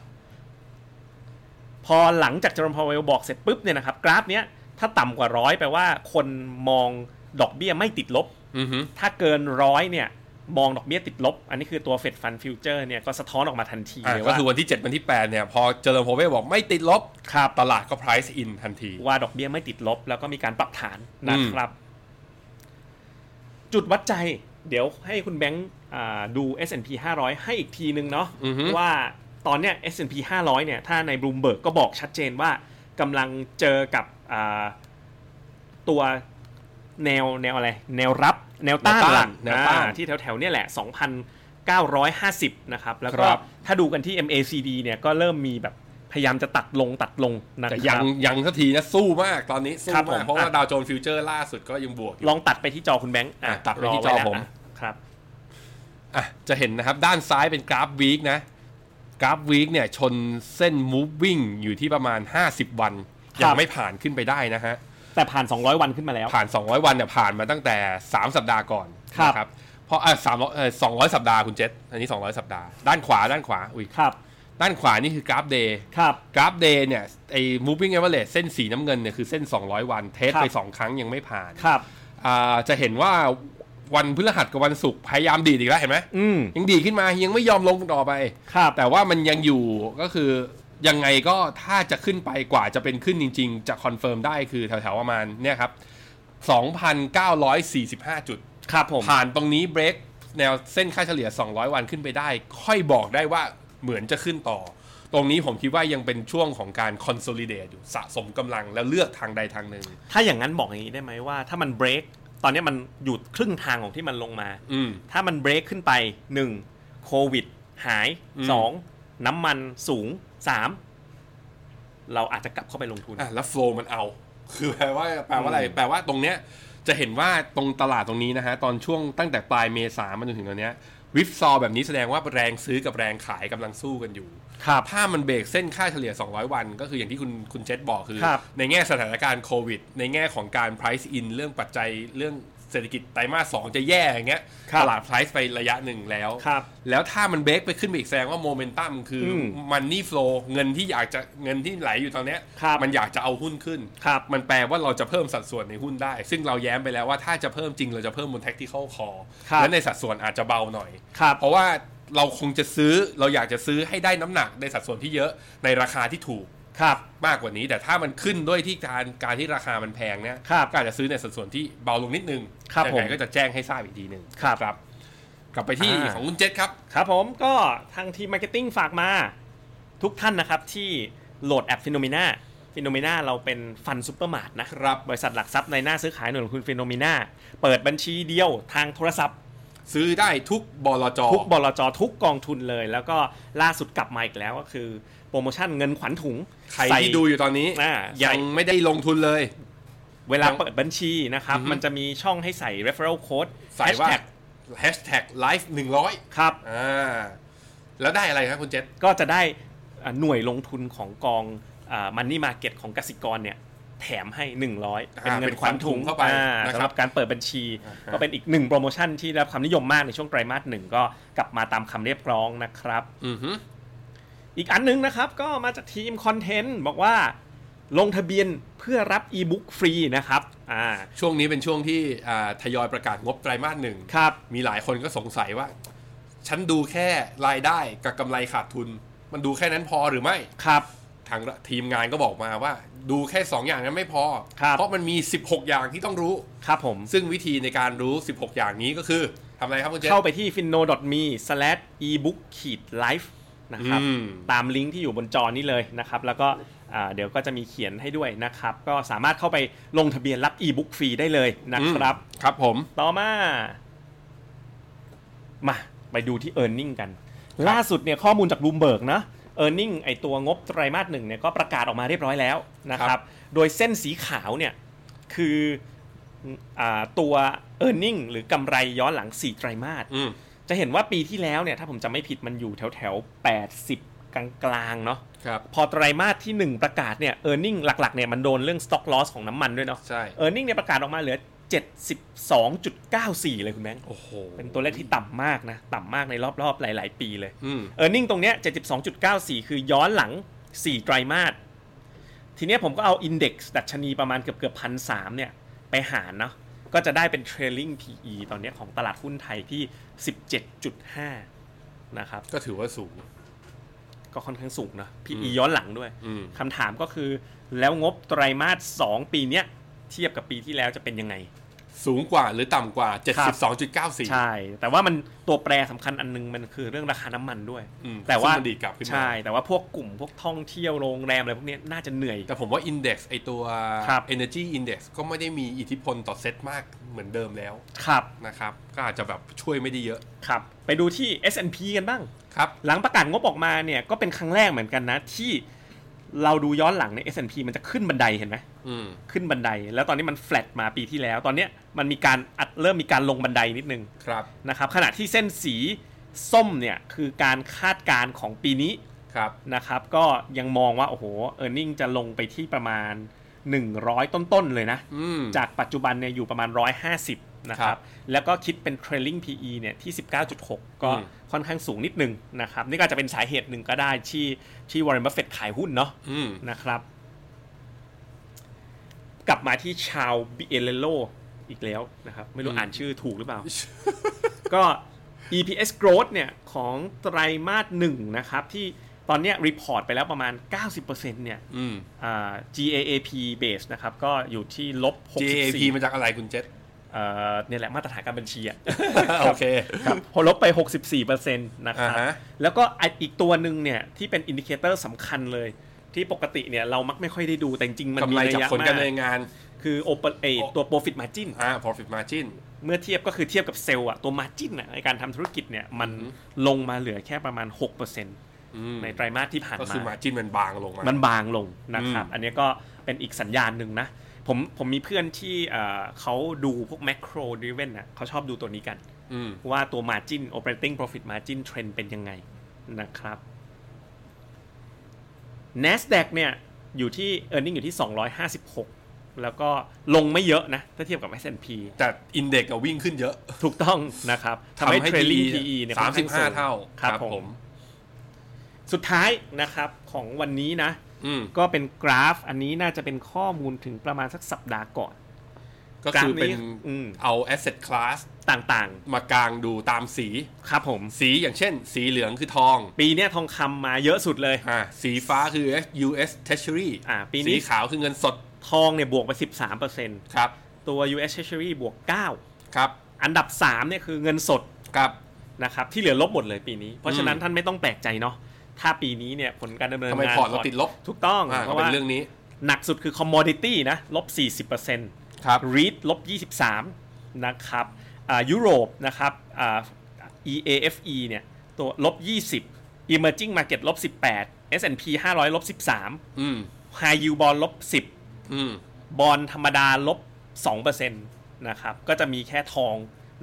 Speaker 3: พอหลังจากเจอโรมพาวเวลบอกเสร็จปุ๊บเนี่ยนะครับ กราฟเนี้ยถ้าต่ำกว่าร้อยแปลว่าคนมองดอกเบี้ยไม่ติดลบ
Speaker 2: อือหือ
Speaker 3: ถ้าเกินร้อยเนี่ย มองดอกเบี้ยติดลบ อันนี้คือตัวเฟดฟันฟิวเจอร์เนี่ยก็สะท้อนออกมาทันที
Speaker 2: อ่ะ
Speaker 3: เลย
Speaker 2: ก็
Speaker 3: ว่า
Speaker 2: คือวันที่ 7 วันที่ 8 เนี่ย พอเจอร์โพเวบอกไม่ติดลบ
Speaker 3: ครับ
Speaker 2: ตลาดก็ price in ทันที
Speaker 3: ว่าดอกเบี้ยไม่ติดลบแล้วก็มีการปรับฐานนะครับ จุดวัดใจ เดี๋ยวให้คุณแบงค์อ่าดู S&P 500 ให้อีกทีนึงเนาะ
Speaker 2: อือฮึ
Speaker 3: ว่าตอนเนี้ย S&P 500 เนี่ย ถ้าในบลูมเบิร์กก็บอกชัดเจนว่ากำลังเจอกับอ่าตัวแนวแนวอะไร แนวรับ แนวต้านหลัก
Speaker 2: แนวต้าน
Speaker 3: อ่ที่แถวๆเนี่ยแหละ 2,950 นะครับ แล้วก็
Speaker 2: ครับ
Speaker 3: ถ้าดูกันที่ MACD เนี่ยก็เริ่มมีแบบพยายามจะตัดลงตัดลงนะค
Speaker 2: แต่
Speaker 3: รับ
Speaker 2: ยังยังสักทีนะ สู้มากตอนนี้ สู้
Speaker 3: ครับผม
Speaker 2: าก
Speaker 3: ม
Speaker 2: เพราะว่า
Speaker 3: อ่ะ
Speaker 2: ดาวโจนส์ฟิวเจอร์ล่าสุดก็ยังบวกอยู่
Speaker 3: ลองตัดไปที่จอคุณแบงค์อ่ะ
Speaker 2: อ่ะตัดไปที่
Speaker 3: ร
Speaker 2: จ
Speaker 3: ว้
Speaker 2: อผม
Speaker 3: แล้วะครับ
Speaker 2: อ่ะจะเห็นนะครับ ด้านซ้ายเป็นกราฟวีคนะ กราฟวีคเนี่ย ชนเส้น moving อยู่ที่ประมาณ 50 วัน
Speaker 3: ครับ
Speaker 2: ยังไม่ผ่านขึ้นไปได้นะฮะ
Speaker 3: แต่ผ่าน 200 วันขึ้นมาแล้ว
Speaker 2: ผ่าน 200 วันเนี่ยผ่านมาตั้งแต่ 3 สัปดาห์ก่อน
Speaker 3: ครับ
Speaker 2: นะเพราะอ่ะสามสองร้อยสัปดาห์คุณเจษอันนี้ 200 สัปดาห์ ด้านขวาด้านขวาอุ้ย
Speaker 3: ครับ
Speaker 2: ด้านขวานี่คือกราฟเดย์
Speaker 3: ครับ
Speaker 2: กราฟเดย์เนี่ยไอ้ moving average เส้นสีน้ำเงินเนี่ยคือเส้น 200 วันเทส
Speaker 3: ครับ
Speaker 2: ไป 2 ครั้งยังไม่ผ่าน
Speaker 3: ครับ
Speaker 2: อ่าจะเห็นว่าวันพฤหัสกับวันศุกร์พยายามดีดอีกแล้วเห็นไหม
Speaker 3: อืม
Speaker 2: ยังดีดขึ้นมายังไม่ยอมลงต่อไป
Speaker 3: ครับ
Speaker 2: แต่ว่ามันยังอยู่ก็คือยังไงก็ถ้าจะขึ้นไปกว่าจะเป็นขึ้นจริง ๆ จะคอนเฟิร์มได้คือแถวๆประมาณเนี่ยครับ 2,945 จุด
Speaker 3: ครับผม
Speaker 2: ผ่านตรงนี้เบรกแนวเส้นค่าเฉลี่ย 200 วันขึ้นไปได้ ค่อยบอกได้ว่าเหมือนจะขึ้นต่อ ตรงนี้ผมคิดว่ายังเป็นช่วงของการ consolidate อยู่สะสมกำลังแล้วเลือกทางใดทางหนึ่ง
Speaker 3: ถ้าอย่างนั้นบอกอย่างนี้ได้ไหมว่า ถ้ามันเบรกตอนเนี้ยมันอยู่ครึ่งทางของที่มันลงมา
Speaker 2: อืม
Speaker 3: ถ้ามันเบรกขึ้นไป 1. โควิด หาย
Speaker 2: อืม
Speaker 3: 2. น้ำมันสูง 3. เราอาจจะกลับเข้าไปลงทุน
Speaker 2: อ่ะแล้วโฟลมันเอา คือแปลว่าแปลว่าอะไร แปลว่าตรงเนี้ยจะเห็นว่าตรงตลาดตรงนี้นะฮะ ตอนช่วงตั้งแต่ปลายเมษามาจนถึงตอนเนี้ยวิฟซอแบบนี้แสดงว่าแรงซื้อกับแรงขายกำลังสู้กันอยู่
Speaker 3: ครับ
Speaker 2: ถ้ามันเบรกเส้นค่าเฉลี่ย 200 วัน ก็คืออย่างที่คุณคุณเจษบอกคือ
Speaker 3: ครับ
Speaker 2: ในแง่สถานการณ์โควิด ในแง่ของการ price in เรื่องปัจจัยเรื่องเศ ศรษฐกิจไตรมาสสองจะแย่อย่างเงี้ย
Speaker 3: ครับ
Speaker 2: ตลาดไพรซ์ไประยะหนึ่งแล้ว
Speaker 3: ครับ
Speaker 2: แล้วถ้ามันเบรกไปขึ้นไปอีกแสดงว่าโมเมนตัมคืออ
Speaker 3: ม
Speaker 2: มันนี่โฟลเงินที่อยากจะเงินที่ไหลอยู่ตอนเนี้ย
Speaker 3: ครับ
Speaker 2: มันอยากจะเอาหุ้นขึ้น
Speaker 3: ครับ
Speaker 2: มันแปลว่าเราจะเพิ่มสัดส่วนในหุ้นได้ ซึ่งเราแย้มไปแล้วว่าถ้าจะเพิ่มจริงเราจะเพิ่มบน tactical call
Speaker 3: ครับ
Speaker 2: และในสัดส่วนอาจจะเบาหน่อย
Speaker 3: ครับ
Speaker 2: เพราะว่าเราคงจะซื้อเราอยากจะซื้อให้ได้น้ำหนักในสัดส่วนที่เยอะในราคาที่ถูก
Speaker 3: ครับ
Speaker 2: มากกว่านี้ แต่ถ้ามันขึ้นด้วยที่การการที่ราคามันแพงเนี่ย
Speaker 3: ครับ
Speaker 2: ก็อาจจะซื้อในสัดส่วนที่เบาลงนิดนึง
Speaker 3: ครับ
Speaker 2: แต่
Speaker 3: ผม
Speaker 2: ไหนก็จะแจ้งให้ทราบอีกทีหนึ่ง
Speaker 3: ครับ
Speaker 2: กลับไปที่ของคุณเจษครับ
Speaker 3: ครับผมก็ทางทีมมาร์เก็ตติ้งฝากมาทุกท่านนะครับที่โหลดแอปฟิโนเมนาฟิโนเมนาเราเป็นฟันซูเปอร์มาร์ทนะครับ บริษัทหลักทรัพย์ในหน้าซื้อขายหน่วยลงทุนฟิโนเมนาเปิดบัญชีเดียวทางโทรศัพท์
Speaker 2: ซื้อได้ทุกบลจ
Speaker 3: ทุกบลจทุกกองทุนเลย แล้วก็ล่าสุดกลับมาอีกแล้วก็คือโปรโมชั่นเงินขวัญถุง
Speaker 2: ใคร
Speaker 3: ส่
Speaker 2: ที่ดูอยู่ตอนนี้
Speaker 3: อ่า
Speaker 2: ยั
Speaker 3: ยั
Speaker 2: งไม่ได้ลงทุนเลย
Speaker 3: เวลาเปิดบัญชีนะครับ
Speaker 2: อือฮึ
Speaker 3: มันจะมีช่องให้ใส่ referral code
Speaker 2: ใส่ว่า
Speaker 3: hashtag
Speaker 2: hashtag live หนึ่งร้อย
Speaker 3: ครับ
Speaker 2: อ่าแล้วได้อะไรครับคุณเจษ
Speaker 3: ก็จะได้อ่าหน่วยลงทุนของกองมันนี่มาเก็ตของกสิกรเนี่ย แถมให้ 100 เป็นเงิ
Speaker 2: เป็น น
Speaker 3: ขวัญถุ
Speaker 2: ขวัญถุง
Speaker 3: ง
Speaker 2: เข้าไป
Speaker 3: อ่
Speaker 2: นะครับ
Speaker 3: สำหรับการเปิดบัญชี
Speaker 2: อ่าฮะ
Speaker 3: ก็เป็นอีกหนึ่งโปรโมชั่นที่ได้รับความนิยมมากในช่วงไตรมาสหนึ่งก็กลับมาตามคำเรียกร้องนะครับ
Speaker 2: อือฮึ
Speaker 3: อีกอันหนึงนะครับก็มาจากทีมคอนเทนต์บอกว่า ลงทะเบียนเพื่อรับอีบุ๊กฟรีนะครับอ่า
Speaker 2: ช่วงนี้เป็นช่วงที่อ่าทยอยประกาศงบไตรมาสหนึ่ง
Speaker 3: ครับ
Speaker 2: มีหลายคนก็สงสัยว่า ฉันดูแค่รายได้กับกำไรขาดทุน มันดูแค่นั้นพอหรือไม่
Speaker 3: ครับ
Speaker 2: ทางทีมงานก็บอกมาว่า ดูแค่ 2 อย่างนั้นไม่พอ
Speaker 3: ครับ
Speaker 2: เพราะมันมี 16 อย่างที่ต้องรู้
Speaker 3: ครับผม
Speaker 2: ซึ่งวิธีในการรู้ 16 อย่างนี้ก็คือทำอะไรครับคุณเจษ
Speaker 3: เข้าไปที่ finno.me/ebook-live นะครับ
Speaker 2: อืม
Speaker 3: ตามลิงก์ที่อยู่บนจอนี้เลยนะครับ แล้วก็อ่าเดี๋ยวก็จะมีเขียนให้ด้วยนะครับ ก็สามารถเข้าไปลงทะเบียนรับอีบุ๊กฟรีได้เลยนะครับ
Speaker 2: อืมครับผม
Speaker 3: ต่อมา มา ไปดูที่ e a r n i n g กัน ล่าสุดเนี่ยข้อมูลจาก Bloomberg นะ e a r n i n g ไอตัวงบไตรมาสหนึ่งเนี่ยก็ประกาศออกมาเรียบร้อยแล้วนะค
Speaker 2: ครั
Speaker 3: รับ
Speaker 2: บ
Speaker 3: โดยเส้นสีขาวเนี่ยคืออ่าตัว e a r n i n g หรือกำไรย้อนหลัง 4 ไตรมาส
Speaker 2: อืม
Speaker 3: จะเห็นว่าปีที่แล้วเนี่ย ถ้าผมจำไม่ผิดมันอยู่แถวแถวๆ80 กลางๆเนาะ
Speaker 2: ครับ
Speaker 3: พอไตรมาสที่ 1 ประกาศเนี่ย e a r n i n g หลักๆเนี่ยมันโดนเรื่อง stock loss ของน้ำมันด้วยเนาะ
Speaker 2: ใช่
Speaker 3: e a r n i n g เนี่ยประกาศออกมาเหลือ 72.94 เลยคุณแบงค์
Speaker 2: โอ้โห
Speaker 3: เป็นตัวเลขที่ต่ำมากนะ ต่ำมากในรอบๆ หลายๆ ปีเลย
Speaker 2: อืม
Speaker 3: e a r n i n g ตรงเนี้ย 72.94 คือย้อนหลัง 4 ไตรมาส ทีเนี้ยผมก็เอา Index ดัชนีประมาณเกือบเกือบพันสามเนี่ย ไปหารเนาะก็จะได้เป็น trailing PE ตอนเนี้ยของตลาดหุ้นไทยที่ 17.5 นะครับ
Speaker 2: ก็ถือว่าสูง
Speaker 3: ก็ค่อนข้างสูงนะ PE
Speaker 2: อืม
Speaker 3: ย้อนหลังด้วย
Speaker 2: อืม
Speaker 3: คำถามก็คือแล้วงบไตรมาส 2 ปีเนี้ยเทียบกับปีที่แล้วจะเป็นยังไง
Speaker 2: สูงกว่าหรือต่ำกว่า 72.94
Speaker 3: ใช่ แต่ว่ามันตัวแปรสำคัญอันนึงมันคือเรื่องราคาน้ำมันด้วย
Speaker 2: อืม
Speaker 3: แต่ว่า
Speaker 2: ซึ่งมันดีดกลับขึ้นมา
Speaker 3: ใช่ แต่ว่าพวกกลุ่มพวกท่องเที่ยวโรงแรมอะไรพวกเนี้ยน่าจะเหนื่อย
Speaker 2: แต่ผมว่า Index ไอตัว
Speaker 3: ครับ
Speaker 2: Energy Index ก็ไม่ได้มีอิทธิพลต่อเซ็ตมากเหมือนเดิมแล้ว
Speaker 3: ครับ
Speaker 2: นะครับ ก็อาจจะแบบช่วยไม่ได้เยอะ
Speaker 3: ครับ ไปดูที่ S&P กันบ้าง
Speaker 2: ครับ
Speaker 3: หลังประกาศงบออกมาเนี่ยก็เป็นครั้งแรกเหมือนกันนะ ที่เราดูย้อนหลังใน S&P มันจะขึ้นบันไดเห็นไหม
Speaker 2: อืม
Speaker 3: ขึ้นบันได แล้วตอนนี้มันแฟลตมาปีที่แล้ว ตอนเนี้ยมันมีการอัดเริ่มมีการลงบันไดนิดนึง
Speaker 2: ครับ
Speaker 3: นะครับขณะที่เส้นสีส้มเนี่ยคือการคาดการณ์ของปีนี้
Speaker 2: ครับ
Speaker 3: นะครับก็ยังมองว่า โอ้โห e a r n i n g จะลงไปที่ประมาณ 100 ต้น ๆ เลยนะ
Speaker 2: อืม
Speaker 3: จากปัจจุบันเนี่ยอยู่ประมาณ 150 นะค
Speaker 2: ครั
Speaker 3: รั
Speaker 2: บบ
Speaker 3: แล้วก็คิดเป็น trailing PE เนี่ยที่ 19.6 ก็
Speaker 2: อืม
Speaker 3: ค่อนข้างสูงนิดนึงนะครับ นี่ก็อาจจะเป็นสาเหตุหนึ่งก็ได้ที่ที่ Warren Buffett ขายหุ้นเนาะ
Speaker 2: อืม
Speaker 3: นะครับ กลับมาที่ชาวบิเอเลโลอีกแล้วนะครับ ไม่รู้
Speaker 2: อืม
Speaker 3: อ่านชื่อถูกหรื อเปล่า ก็ EPS growth เนี่ย ของไตรมาสหนึ่งนะครับ ที่ตอนเนี้ยรีพอร์ตไปแล้วประมาณ 90%เนี่ย
Speaker 2: อืม
Speaker 3: อ่า GAAP base นะครับ ก็อยู่ที่ลบ
Speaker 2: JAP
Speaker 3: 64
Speaker 2: มาจากอะไรคุณเจษ
Speaker 3: เอ่อเนี่ยแหละมาตรฐานการบัญชีอะ
Speaker 2: โอเค
Speaker 3: ครับพอลบไป 64%นะครับ
Speaker 2: อ่าฮะ
Speaker 3: แล้วก็อีกตัวหนึ่งเนี่ยที่เป็นอินดิเคเตอร์สำคัญเลย ที่ปกติเนี่ยเรามักไม่ค่อยได้ดูแต่จริงๆ มัน
Speaker 2: กำ
Speaker 3: มี
Speaker 2: ไร
Speaker 3: นั
Speaker 2: จาก
Speaker 3: ยะ
Speaker 2: ผล
Speaker 3: มา
Speaker 2: การดำ
Speaker 3: ก
Speaker 2: เนินงาน
Speaker 3: คือ open เออตัว profit margin
Speaker 2: อ่า profit margin
Speaker 3: เมื่อเทียบก็คือเทียบกับเซลล์อะตัว margin อะในการทำธุรกิจเนี่ยมันลงมาเหลือแค่ประมาณ 6%
Speaker 2: อืม
Speaker 3: ในไตรมาสที่ผ่าน
Speaker 2: ก็
Speaker 3: มา
Speaker 2: คือ margin มันบางลงมา
Speaker 3: มันบางลงนะครับ
Speaker 2: อืม
Speaker 3: อันนี้ก็เป็นอีกสัญญาณหนึ่งนะ ผมผมมีเพื่อนที่เอ่อเขาดูพวก macro driven อะเขาชอบดูตัวนี้กัน
Speaker 2: อืม
Speaker 3: ว่าตัว Margin Operating Profit Margin Trend เป็นยังไงนะครับ NASDAQ เนี่ยอยู่ที่ e a r n i n g อยู่ที่ 256 แล้วก็ลงไม่เยอะนะ ถ้าเทียบกับ S&P
Speaker 2: แต่อินเด็กซ์อะวิ่งขึ้นเยอะ
Speaker 3: ถูกต้องนะครับทำให้ trailing PE เนี่ย
Speaker 2: สา
Speaker 3: ค่
Speaker 2: ม
Speaker 3: อน
Speaker 2: สิ
Speaker 3: ข้
Speaker 2: บ
Speaker 3: ง
Speaker 2: ห้า
Speaker 3: สูง
Speaker 2: เท่า
Speaker 3: ครับผม สุดท้ายนะครับของวันนี้นะ
Speaker 2: อืม
Speaker 3: ก็เป็นกราฟอันนี้น่าจะเป็นข้อมูลถึงประมาณสักสัปดาห์ก่อน
Speaker 2: ก็คือเป็น
Speaker 3: กราฟนี้อืม
Speaker 2: เอา asset class
Speaker 3: ต่าง
Speaker 2: มากางดูตามสี
Speaker 3: ๆ ครับผม
Speaker 2: สีอย่างเช่น สีเหลืองคือทอง
Speaker 3: ปีเนี้ยทองคำมาเยอะสุดเลย
Speaker 2: อ่าสีฟ้าคือ US Treasury
Speaker 3: อ่าปีนี้
Speaker 2: สีขาวคือเงินสด
Speaker 3: ทองเนี่ยบวกไป 13%
Speaker 2: ครับ
Speaker 3: ตัว US Treasury บวก 9
Speaker 2: ครับ
Speaker 3: อันดับ3เนี่ยคือเงินสด
Speaker 2: ครับ
Speaker 3: นะครับที่เหลือลบหมดเลยปีนี้ เพราะฉะนั้น
Speaker 2: อืม
Speaker 3: ท่านไม่ต้องแปลกใจเนาะถ้าปีนี้เนี่ยผลการดำเนิน
Speaker 2: ทำไม
Speaker 3: งาน
Speaker 2: พอร์ตเราติดลบ
Speaker 3: ถูกต้อง
Speaker 2: อ่า
Speaker 3: เพ
Speaker 2: ก็
Speaker 3: ราะ
Speaker 2: เป็
Speaker 3: ว่าน
Speaker 2: เรื่องนี้
Speaker 3: หนักสุดคือ commodity นะลบ 40%
Speaker 2: ครับ
Speaker 3: รีดลบ 23 นะครับอ่ายุโรปนะครับอ่า EAFE เนี่ยตัวลบ 20 Emerging Market ลบ 18 S&P 500 ลบ 13
Speaker 2: อืม
Speaker 3: High Yield Bond ลบ
Speaker 2: อืม
Speaker 3: 10 บอลธรรมดาลบ2%นะครับก็จะมีแค่ทอง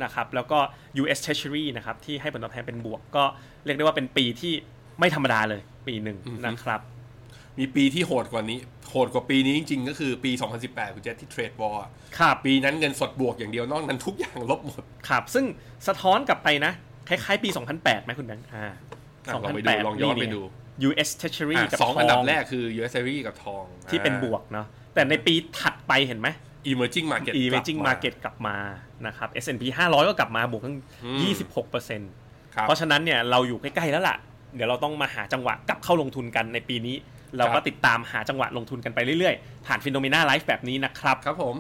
Speaker 3: นะครับแล้วก็ US Treasury นะครับที่ให้ผลตอบแทนเป็นบวก ก็เรียกได้ว่าเป็นปีที่ไม่ธรรมดาเลยปีหนึ่ง
Speaker 2: อือฮึ
Speaker 3: นะครับ
Speaker 2: มีปีที่โหดกว่านี้ โหดกว่าปีนี้จริงๆ ก็คือปี 2018 คุณเจษที่เทรดบอล
Speaker 3: ครับ
Speaker 2: ปีนั้นเงินสดบวกอย่างเดียวนอกนั้นทุกอย่างลบหมด
Speaker 3: ครับซึ่งสะท้อนกลับไปนะ คล้ายๆปี 2008ไหมคุณแบงค์อ่า
Speaker 2: อ่ะลองไปดูลองย้อนไปดู
Speaker 3: US Treasury
Speaker 2: อ่ะ
Speaker 3: กับ
Speaker 2: สอง
Speaker 3: ท
Speaker 2: อันดับแรกคือ US Treasury กับทอง
Speaker 3: ที่เป็นบวกเนาะแต่ในปีถัดไปเห็นไหม
Speaker 2: อ่า Emerging Market กลับ
Speaker 3: Emerging Market กลับมานะครับ S&P 500 ก็กลับมาบวกทั้ง
Speaker 2: อืม
Speaker 3: 26เปอร์เซ็นต์
Speaker 2: ครับ
Speaker 3: เพราะฉะนั้นเนี่ยเราอยู่ใกล้ ๆ แล้วล่ะ เดี๋ยวเราต้องมาหาจังหวะกลับเข้าลงทุนกันในปีนี้ เราก็ติดตามหาจังหวะลงทุนกันไปเรื่อยๆ ผ่านฟิโนเมนาไลฟ์แบบนี้นะครับ
Speaker 2: ครับผม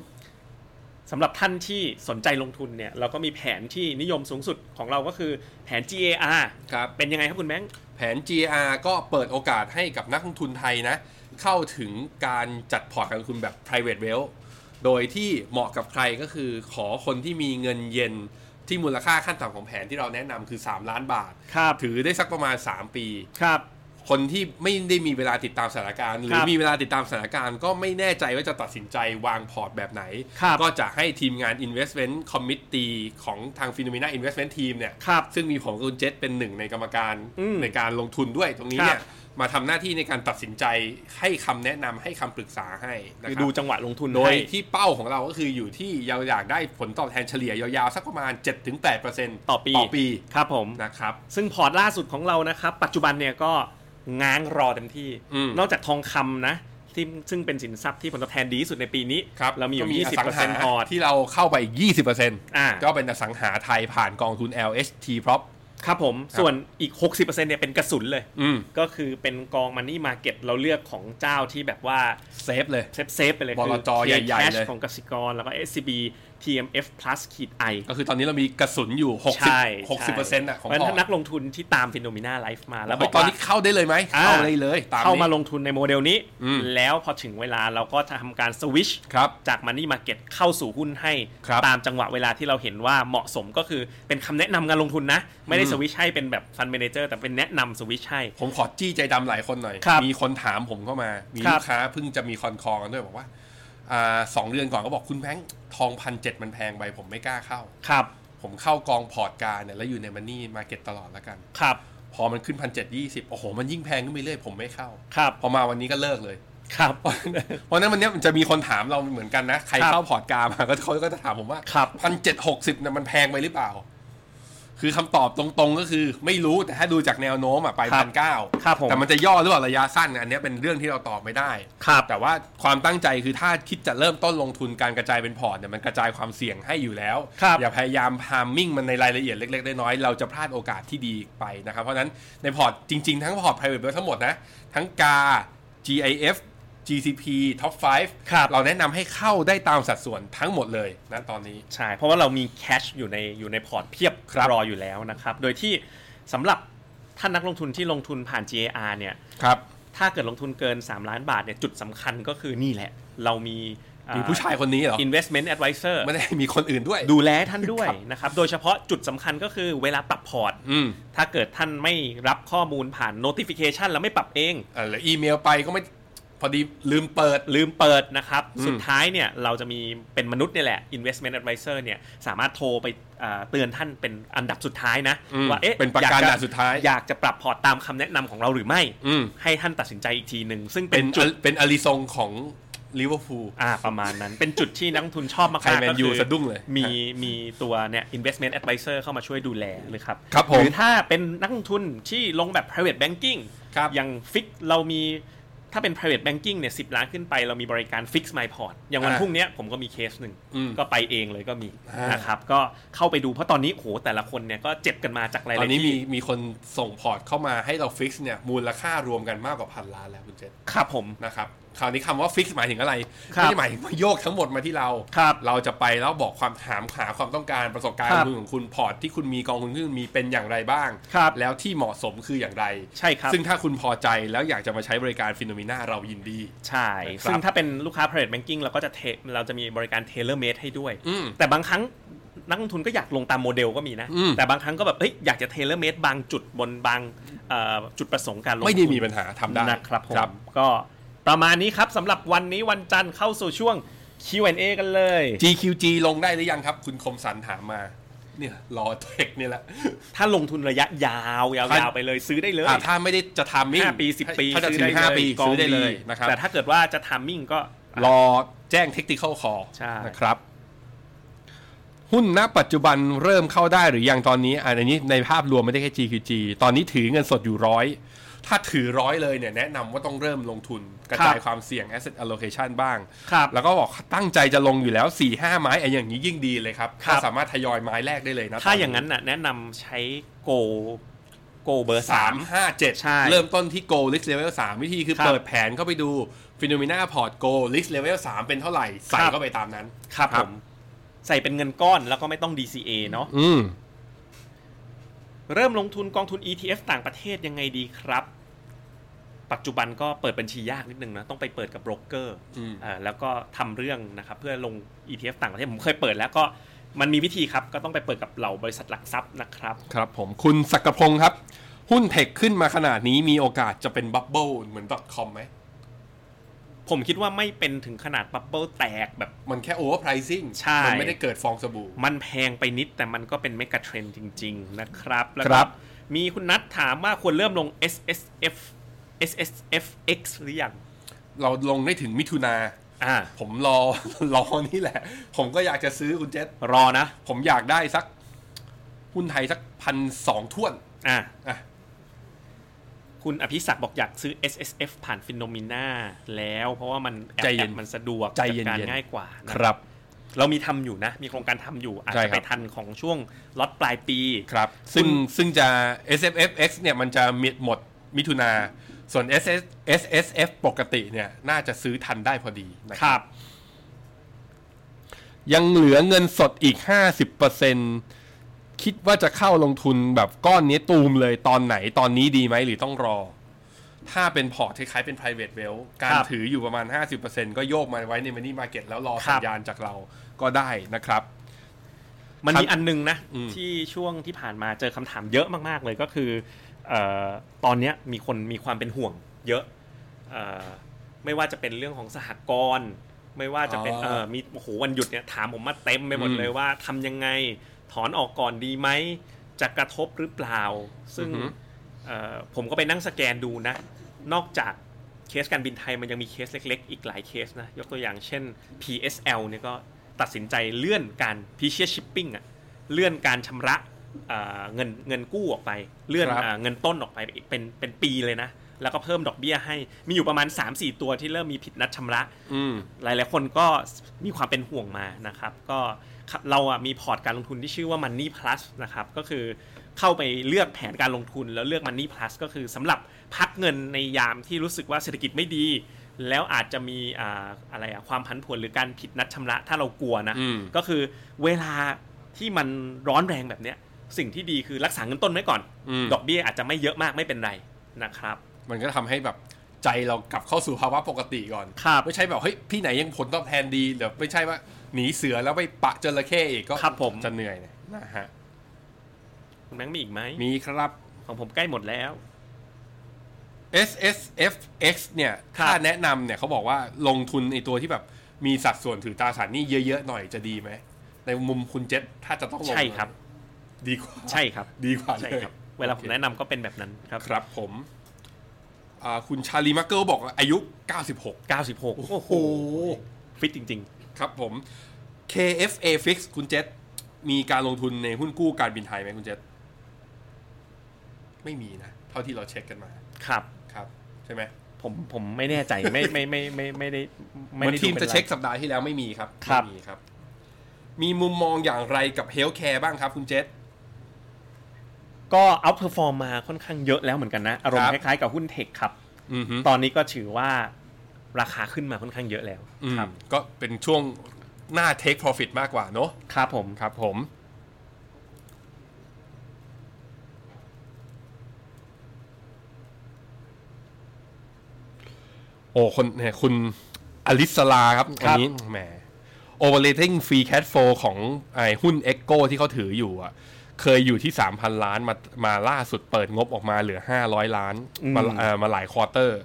Speaker 3: สำหรับท่านที่สนใจลงทุนเนี่ยเราก็มีแผนที่นิยมสูงสุดของเราก็คือแผน GAR
Speaker 2: ครับ
Speaker 3: เป็นยังไงครับคุณแบงค์
Speaker 2: แผน GR ก็เปิดโอกาสให้กับนักลงทุนไทยนะ เข้าถึงการจัดพอร์ตการลงทุนแบบ private wealth โดยที่เหมาะกับใครก็คือขอคนที่มีเงินเย็นที่มูลค่าขั้นต่ำของแผนที่เราแนะนำคือ 3 ล้านบาท
Speaker 3: ครับ
Speaker 2: ถือได้สักประมาณ 3 ปี
Speaker 3: ครับ
Speaker 2: คนที่ไม่ได้มีเวลาติดตามสถานการณ์ หรือ
Speaker 3: ครับ
Speaker 2: มีเวลาติดตามสถานการณ์ก็ไม่แน่ใจว่าจะตัดสินใจวางพอร์ตแบบไหน
Speaker 3: ครับ
Speaker 2: ก็จะให้ทีมงาน Investment Committee ของทาง Phenomena Investment Team เนี่ย
Speaker 3: ครับ
Speaker 2: ซึ่งมีผมกับคุณเจษเป็นหนึ่งในกรรมการ
Speaker 3: อืม
Speaker 2: ในการลงทุนด้วยตรงนี้เนี่
Speaker 3: ค
Speaker 2: ย
Speaker 3: รับ
Speaker 2: มาทำหน้าที่ในการตัดสินใจให้คำแนะนำให้คำปรึกษาให้นะ
Speaker 3: คือ
Speaker 2: ครั
Speaker 3: ดู
Speaker 2: บ
Speaker 3: จังหวะลงทุน
Speaker 2: โดย
Speaker 3: ให้
Speaker 2: ที่เป้าของเราก็คืออยู่ที่เราอยากได้ผลตอบแทนเฉลี่ยยาวๆ สักประมาณ 7-8%
Speaker 3: ต่อปี
Speaker 2: ต่อปี
Speaker 3: ครับผม
Speaker 2: นะครับ
Speaker 3: ซึ่งพอร์ตล่าสุดของเรานะครับ ปัจจุบันเนี่ยก็ง้างรอเต็มที่
Speaker 2: อืม
Speaker 3: นอกจากทองคำนะที่ซึ่งเป็นสินทรัพย์ที่ผลตอบแทนดีที่สุดในปีนี้
Speaker 2: ครับ
Speaker 3: เรามีอ
Speaker 2: ก็
Speaker 3: ยู่ 20%
Speaker 2: สังหา
Speaker 3: พอร์ต
Speaker 2: ที่เราเข้าไปอีก 20%
Speaker 3: อ่า
Speaker 2: ก็เป็นอสังหาไทยผ่านกองทุน LHT Prop
Speaker 3: ครับผม ส่วนอีก 60%เนี่ยเป็นกระสุนเลย
Speaker 2: อืม
Speaker 3: ก็คือเป็นกองมันนี่มาเก็ตเราเลือกของเจ้าที่แบบว่า
Speaker 2: เซฟเลย
Speaker 3: เซฟเซฟไปเลย
Speaker 2: บลจ
Speaker 3: คื Clear
Speaker 2: ใหญ่ๆ
Speaker 3: Cash
Speaker 2: เลย
Speaker 3: ของกสิกรแล้วก็ SCB TMF plus ขีด I
Speaker 2: ก็คือตอนนี้เรามีกระสุนอยู่
Speaker 3: ใช่
Speaker 2: 60 60%อ่ะของ
Speaker 3: เพราะฉะ
Speaker 2: พอ
Speaker 3: นั้
Speaker 2: ร์ต
Speaker 3: นนักลงทุนที่ตามฟิโนมิน่าไลฟ์มา แล้วบ
Speaker 2: เฮ้
Speaker 3: อย ก
Speaker 2: ตอน
Speaker 3: ว่า
Speaker 2: นี้เข้าได้เลยไหม
Speaker 3: อ่า
Speaker 2: เข้าได้เลยตาม
Speaker 3: เข้ามา
Speaker 2: นี้
Speaker 3: ลงทุนในโมเดลนี้
Speaker 2: อืม
Speaker 3: แล้วพอถึงเวลาเราก็จะทำการสวิช
Speaker 2: ครับ
Speaker 3: จาก Money Market เข้าสู่หุ้นให้
Speaker 2: ครับ
Speaker 3: ตามจังหวะเวลาที่เราเห็นว่าเหมาะสมก็คือเป็นคำแนะนำการลงทุนนะ ไม่ได้
Speaker 2: อืม
Speaker 3: สวิชให้เป็นแบบฟันเมนเจอร์แต่เป็นแนะนำสวิชให้
Speaker 2: ผมขอจี้ใจดำหลายคนหน่อย
Speaker 3: ครับ
Speaker 2: มีคนถามผมเข้ามา มี
Speaker 3: ครับ
Speaker 2: ลูกค้าเพิ่งจะมีคอนคอลกันด้วยบอกว่าอ่าสองเดือนก่อนก็บอกคุณแพงค์ทองพันเจ็ดมันแพงไปผมไม่กล้าเข้า
Speaker 3: ครับ
Speaker 2: ผมเข้ากองพอร์ตการเนี่ยแล้วอยู่ในมันนี่มาเก็ตตลอดแล้วกัน
Speaker 3: ครับ
Speaker 2: พอมันขึ้นพันเจ็ดยี่สิบโอ้โห มันยิ่งแพงขึ้นไปเรื่อยผมไม่เข้า
Speaker 3: ครับ
Speaker 2: พอมาวันนี้ก็เลิกเลย
Speaker 3: ครับ
Speaker 2: เพราะฉะนั้น วันเนี้ยมันจะมีคนถามเราเหมือนกันนะ ใคร
Speaker 3: ครับ
Speaker 2: เข้าพอร์ตกา มาก็เขาก็จะถามผมว่า
Speaker 3: ครับ
Speaker 2: พันเจ็ดหกสิบเนี่ยมันแพงไปหรือเปล่า คือคำตอบตรงๆก็คือไม่รู้แต่ถ้าดูจากแนวโน้มอะไป
Speaker 3: ครั
Speaker 2: พั
Speaker 3: บ
Speaker 2: นเก้า
Speaker 3: ครับผม
Speaker 2: แต่มันจะย่อหรือเปล่าระยะสั้นเนี่ยอันเนี้ยเป็นเรื่องที่เราตอบไม่ได้
Speaker 3: ครับ
Speaker 2: แต่ว่าความตั้งใจคือถ้าคิดจะเริ่มต้นลงทุนการกระจายเป็นพอร์ตเนี่ยมันกระจายความเสี่ยงให้อยู่แล้ว
Speaker 3: ครับ
Speaker 2: อย่าพยายามพามมิ่งมันในรายละเอียดเล็กๆน้อยๆเราจะพลาดโอกาสที่ดีไปนะครับ เพราะฉะนั้นในพอร์ตจริงๆ ทั้งพอร์ต private wealth ทั้งหมดนะ ทั้งกา GIF GCP Top
Speaker 3: ครับ
Speaker 2: 5 เราแนะนำให้เข้าได้ตามสัดส่วนทั้งหมดเลยนะตอนนี้
Speaker 3: ใช่ เพราะว่าเรามีแคชอยู่ในอยู่ในพอร์ตเพียบ
Speaker 2: ครับ
Speaker 3: รออยู่แล้วนะครับ โดยที่สำหรับท่านนักลงทุนที่ลงทุนผ่าน GAR เนี่ย
Speaker 2: ครับ
Speaker 3: ถ้าเกิดลงทุนเกิน 3 ล้านบาทเนี่ยจุดสำคัญก็คือนี่แหละ เรามีเอ่อ
Speaker 2: มีผู้ชายคนนี้เหรอ
Speaker 3: investment advisor
Speaker 2: ไม่ได้มีคนอื่นด้วย
Speaker 3: ดูแลท่านด้วย
Speaker 2: ครับ
Speaker 3: นะครับ โดยเฉพาะจุดสำคัญก็คือเวลาปรับพอร์ต
Speaker 2: อืม
Speaker 3: ถ้าเกิดท่านไม่รับข้อมูลผ่าน notification แล้วไม่ปรับเอง
Speaker 2: อ่าแล้วอีเมลไปก็ไม่พอดีลืมเปิด
Speaker 3: ลืมเปิดนะครับ
Speaker 2: อืม
Speaker 3: สุดท้ายเนี่ยเราจะมีเป็นมนุษย์เนี่ยแหละ investment advisor เนี่ยสามารถโทรไปเอ่อเตือนท่านเป็นอันดับสุดท้ายนะ
Speaker 2: อืม
Speaker 3: ว่าเอ๊ะ
Speaker 2: เป็นประกัน
Speaker 3: อย
Speaker 2: ด่านสุดท้าย
Speaker 3: อยากจะปรับพอร์ตตามคำแนะนำของเราหรือไม่
Speaker 2: อืม
Speaker 3: ให้ท่านตัดสินใจอีกทีหนึ่งซึ่งเป็
Speaker 2: เป็น น
Speaker 3: จุด
Speaker 2: เป็นอลิซงของ ลิเวอร์พูล
Speaker 3: อ่าประมาณนั้น เป็นจุดที่นักลงทุนชอบมากๆ
Speaker 2: ใครแมน
Speaker 3: ก็
Speaker 2: ยู
Speaker 3: คือ
Speaker 2: สะดุ้งเลย
Speaker 3: มี
Speaker 2: ฮะ
Speaker 3: มีตัวเนี่ย investment advisor เข้ามาช่วยดูแลเลยครับ
Speaker 2: ครับผม
Speaker 3: หรือถ้าเป็นนักลงทุนที่ลงแบบ private banking
Speaker 2: ครับ
Speaker 3: อย่างฟิกเรามีถ้าเป็น private banking เนี่ยสิล้านขึ้นไป เรามีบริการ fix my port อย่างวัน
Speaker 2: อ่า
Speaker 3: พรุ่งเนี้ยผมก็มีเคสหนึ่ง
Speaker 2: อืม
Speaker 3: ก็ไปเองเลยก็มี
Speaker 2: อ่าน
Speaker 3: นะครับก็เข้าไปดูเพราะตอนนี้โหแต่ละคนเนี่ยก็เจ็บกันมาจากหลาย
Speaker 2: ตอน
Speaker 3: ๆ
Speaker 2: นี้มี
Speaker 3: ที่
Speaker 2: มีคนส่งพอร์ตเข้ามาให้เราฟิกซ์เนี่ยมูลค่ารวมกันมากกว่าพันล้านแล้วคุณเจษ
Speaker 3: ครับผม
Speaker 2: นะครับคราวนี้คำว่าฟิกซ์หมายถึงอะไร
Speaker 3: ครับ
Speaker 2: ไม่ได้หมายถึงว่าโยกทั้งหมดมาที่เรา
Speaker 3: ครับ
Speaker 2: เราจะไปแล้วบอกความถามหาความต้องการประสบการณ์
Speaker 3: ค
Speaker 2: ล
Speaker 3: รั
Speaker 2: ง
Speaker 3: บ
Speaker 2: ทุนของคุณพอร์ตที่คุณมีกองทุนที่คุณมีเป็นอย่างไรบ้าง
Speaker 3: ครับ
Speaker 2: แล้วที่เหมาะสมคืออย่างไร
Speaker 3: ใช่ครับ
Speaker 2: ซึ่งถ้าคุณพอใจแล้วอยากจะมาใช้บริการฟิโนมิน่าเรายินดี
Speaker 3: ใช่
Speaker 2: นะครับ
Speaker 3: ซึ่งถ้าเป็นลูกค้า private banking เราก็จะเทเราจะมีบริการ tailor made ให้ด้วย
Speaker 2: อืม
Speaker 3: แต่บางครั้งนักลงทุนก็อยากลงตามโมเดลก็มีนะ
Speaker 2: อืม
Speaker 3: แต่บางครั้งก็แบบเอ้ยอยากจะ tailor made บางจุดบนบางเอ่อจุดประสงค์การลงทุน
Speaker 2: ไม่ได้มีปัญหาทำได้
Speaker 3: นะครับผม
Speaker 2: ครับ
Speaker 3: ก็ประมาณนี้ครับสำหรับวันนี้วันจันทร์เข้าสู่ช่วง Q&A กันเลย
Speaker 2: GQG ลงได้หรือยังครับ คุณคมสันถามมา เนี่ยรอเทคเนี่ยแหละ
Speaker 3: ถ้าลงทุนระยะยาว
Speaker 2: ครั
Speaker 3: ยาว
Speaker 2: บ
Speaker 3: ๆไปเลยซื้อได้เลย
Speaker 2: อ่ะถ้าไม่ได้จะทำมิ่ง
Speaker 3: ห้าปีสิบปี
Speaker 2: ถ้าจะถึงห้าปีซื้อได้เลยนะครับ
Speaker 3: แต่ถ้าเกิดว่าจะทามมิ่งก็
Speaker 2: รอแจ้ง technical call
Speaker 3: ใช่
Speaker 2: นะครับ หุ้นณปัจจุบันเริ่มเข้าได้หรือยังตอนนี้อะอันนี้ในภาพรวมไม่ได้แค่ GQG ตอนนี้ถือเงินสดอยู่ร้อย ถ้าถือร้อยเลยเนี่ยแนะนำว่าต้องเริ่มลงทุน กระจายความเสี่ยง asset allocation บ้าง
Speaker 3: ครับ
Speaker 2: แล้วก็บอกตั้งใจจะลงอยู่แล้ว4ี่ห้าไม้อะอย่างนี้ยิ่งดีเลยครับ
Speaker 3: ครับ
Speaker 2: ถ้าสามารถทยอยไม้แรกได้เลยนะ
Speaker 3: ถ้าอย่างนั้นน่ะแนะนำใช้โกโกเบอร์สา
Speaker 2: สาม มห้าเจ็ด
Speaker 3: ใช่
Speaker 2: เริ่มต้นที่ Go List Level 3 วิธีคือ
Speaker 3: ครับ
Speaker 2: เปิดแผนเข้าไปดู Phenomena Port Go List Level 3 เป็นเท่าไหร่ ใส่
Speaker 3: ครับ
Speaker 2: เข้าไปตามนั้น
Speaker 3: ครับผมใส่เป็นเงินก้อนแล้วก็ไม่ต้อง DCA เนาะ
Speaker 2: อืม
Speaker 3: เริ่มลงทุนกองทุน ETF ต่างประเทศยังไงดีครับ ปัจจุบันก็เปิดบัญชียากนิดนึงนะ ต้องไปเปิดกับโบรกเกอร์
Speaker 2: อืม
Speaker 3: อ่าแล้วก็ทำเรื่องนะครับเพื่อลง ETF ต่างประเทศผมเคยเปิดแล้วก็มันมีวิธีครับ ก็ต้องไปเปิดกับเหล่าบริษัทหลักทรัพย์นะครับ
Speaker 2: ครับผมคุณสักกพงศ์ครับ หุ้นเทคขึ้นมาขนาดนี้มีโอกาสจะเป็นบับเบิลเหมือน .com ไหม
Speaker 3: ผมคิดว่าไม่เป็นถึงขนาดบับเบิลแตกแบบ
Speaker 2: มันแค่โอเวอร์ไพรซิ่ง
Speaker 3: ใช่
Speaker 2: มัไม่ได้เกิดฟองสบู่
Speaker 3: มันแพงไปนิดแต่มันก็เป็นเมกะเทรนด์จริง ๆ นะครับ แล้ว
Speaker 2: ค
Speaker 3: ก็
Speaker 2: รับ
Speaker 3: มีคุณนัทถามว่าควรเริ่มลง S S F S S F X หรือยัง
Speaker 2: เราลงได้ถึงมิถุนา
Speaker 3: อ่า
Speaker 2: ผมรอ รอนี่แหละ ผมก็อยากจะซื้อคุณเจษ
Speaker 3: รอนะ
Speaker 2: ผมอยากได้สัก หุ้นไทยสักพันสองท่วน
Speaker 3: อ่ะ
Speaker 2: อ่ะ
Speaker 3: คุณอภิศักดิ์บอกอยากซื้อ S S F ผ่านฟินโนมิน่าแล้วเพราะว่ามันแอป
Speaker 2: ใจเย็น
Speaker 3: แอปมันสะดวก
Speaker 2: ใจเย็นๆ
Speaker 3: จัดการง่ายกว่านะครับ เรามีทำอยู่นะ มีโครงการทำอยู่ อาจ
Speaker 2: ใช่ค
Speaker 3: จะ
Speaker 2: รับ
Speaker 3: ไปทันของช่วงล็อตปลายปี
Speaker 2: ครับ ซึ่ง
Speaker 3: คุ
Speaker 2: ซึ่งจะ SFFX เนี่ยมันจะมิดหมดมิถุนาส่วน SS SSF ปกติเนี่ยน่าจะซื้อทันได้พอดีนะ
Speaker 3: ครับ
Speaker 2: ยังเหลือเงินสดอีก 50%คิดว่าจะเข้าลงทุนแบบก้อนนี้ตูมเลยตอนไหนตอนนี้ดีไหมหรือต้องรอ ถ้าเป็นพอร์ตคล้ายๆเป็น private wealth การ
Speaker 3: ครับ
Speaker 2: ถืออยู่ประมาณ 50%ก็โยกมาไว้ใน money market แล้วรอ
Speaker 3: ครับ
Speaker 2: สัญญาณจากเราก็ได้นะครับ
Speaker 3: มัน
Speaker 2: ครับ
Speaker 3: มีอันนึงนะ
Speaker 2: อืม
Speaker 3: ที่ช่วงที่ผ่านมาเจอคำถามเยอะมาก ๆ เลยก็คือเออตอนเนี้ยมีคนมีความเป็นห่วง เยอะเออไม่ว่าจะเป็นเรื่องของสหกรณ์ไม่ว่าจะเป็น
Speaker 2: อ๋อ
Speaker 3: เออมีโอ้โหวันหยุดเนี่ยถามผมมาเต็มไปหมด
Speaker 2: อืม
Speaker 3: เลยว่าทำยังไงถอนออกก่อนดีไหมจะกระทบหรือเปล่า ซึ่ง
Speaker 2: อือหือ
Speaker 3: เอ่อผมก็ไปนั่งสแกนดูนะ นอกจากเคสการบินไทยมันยังมีเคสเล็ก ๆ อีกหลายเคสนะ ยกตัวอย่างเช่น PSL เนี่ยก็ตัดสินใจเลื่อนการ p ีเชียชิปปิ้งอะเลื่อนการชำระเอ่อเงินเงินกู้ออกไป เลื่อน
Speaker 2: ครับ
Speaker 3: อ่าเงินต้นออกไปอีกเป็นเป็นปีเลยนะ แล้วก็เพิ่มดอกเบี้ยให้ มีอยู่ประมาณ 3-4 ตัวที่เริ่มมีผิดนัดชำระ
Speaker 2: อืม
Speaker 3: หลาย ๆ คนก็มีความเป็นห่วงมานะครับ ก็เราอะมีพอร์ตการลงทุนที่ชื่อว่า Money Plus นะครับ ก็คือเข้าไปเลือกแผนการลงทุนแล้วเลือก Money Plus ก็คือสำหรับพักเงินในยามที่รู้สึกว่าเศรษฐกิจไม่ดี แล้วอาจจะมีอ่าอะไรอะความผันผวนหรือการผิดนัดชำระถ้าเรากลัวนะ
Speaker 2: อืม
Speaker 3: ก็คือเวลาที่มันร้อนแรงแบบเนี้ยสิ่งที่ดีคือรักษาเงินต้นไว้ก่อน
Speaker 2: อืม
Speaker 3: ดอกเบี้ยอาจจะไม่เยอะมากไม่เป็นไรนะครับ
Speaker 2: มันก็ทำให้แบบใจเรากลับเข้าสู่ภาวะปกติก่อน
Speaker 3: ครับ
Speaker 2: ไม่ใช่แบบเฮ้ยที่ไหนยังผลตอบแทนดีเดี๋ยวไม่ใช่ว่าหนีเสือแล้วไปปะจระเข้อีกก็
Speaker 3: ครับผม
Speaker 2: จะเหนื่อยนะฮะ
Speaker 3: คุณแบงค์มีอีกไหม
Speaker 2: มีครับ
Speaker 3: ของผมใกล้หมดแล้ว
Speaker 2: S S F X เนี่ย
Speaker 3: ครั
Speaker 2: ถ้า
Speaker 3: บ
Speaker 2: แนะนำเนี่ยเขาบอกว่าลงทุนในตัวที่แบบมีสัดส่วนถือตราสารหนี้เยอะ ๆ หน่อยจะดีไหม ในมุมคุณเจษถ้าจะต้องลง
Speaker 3: ใช่ครับ
Speaker 2: ดีกว่า
Speaker 3: ใช่ครับ
Speaker 2: ดีกว่า
Speaker 3: ใช่
Speaker 2: เลย
Speaker 3: ครับ เวลาผมแนะนำก็เป็นแบบนั้นครับ
Speaker 2: ครับผม อ่าคุณชาลีมาร์เกิลบอกอายุ 96
Speaker 3: 96 โอ้โห ฟิตจริง
Speaker 2: ครับผม KFA Fix คุณเจษมีการลงทุนในหุ้นกู้การบินไทยไหมคุณเจษไม่มีนะ เท่าที่เราเช็คกันมา
Speaker 3: ๆ ครับ
Speaker 2: ครับ ใช่ไหม
Speaker 3: ผมผมไม่แน่ใจไม่ไม่ไม่ไม่ไม่ได้
Speaker 2: เห
Speaker 3: ไม่
Speaker 2: มือ
Speaker 3: ได้
Speaker 2: นทีม
Speaker 3: ดูป็
Speaker 2: จะ
Speaker 3: นราย
Speaker 2: เช็คสัปดาห์ที่แล้วไม่มีครับ
Speaker 3: ครับ
Speaker 2: ไม่มีครับ มีมุมมองอย่างไรกับเฮลท์แคร์บ้างครับ คุณเจษ
Speaker 3: ก็เอาเพอร์ฟอร์มมาค่อนข้างเยอะแล้วเหมือนกันนะ อารม
Speaker 2: ครั
Speaker 3: ณ์
Speaker 2: บ
Speaker 3: คล้ายๆกับหุ้นเทคครับ
Speaker 2: อือฮึ
Speaker 3: ตอนนี้ก็ถือว่าราคาขึ้นมาค่อนข้างเยอะแล้ว
Speaker 2: อืม
Speaker 3: ครับ
Speaker 2: ก็เป็นช่วงหน้า take profit มากกว่าเนอะ
Speaker 3: ครับผม
Speaker 2: ครับผมโอ้คนเนี่ยคุณอลิสลาครับอันนี้แหม overrating free cash flow ของไอ้หุ้น Echo ที่เขาถืออยู่อ่ะ เคยอยู่ที่ 3,000 ล้านมามาล่าสุดเปิดงบออกมาเหลือ 500 ล้านมาเอ่อมาหลายควอเตอร์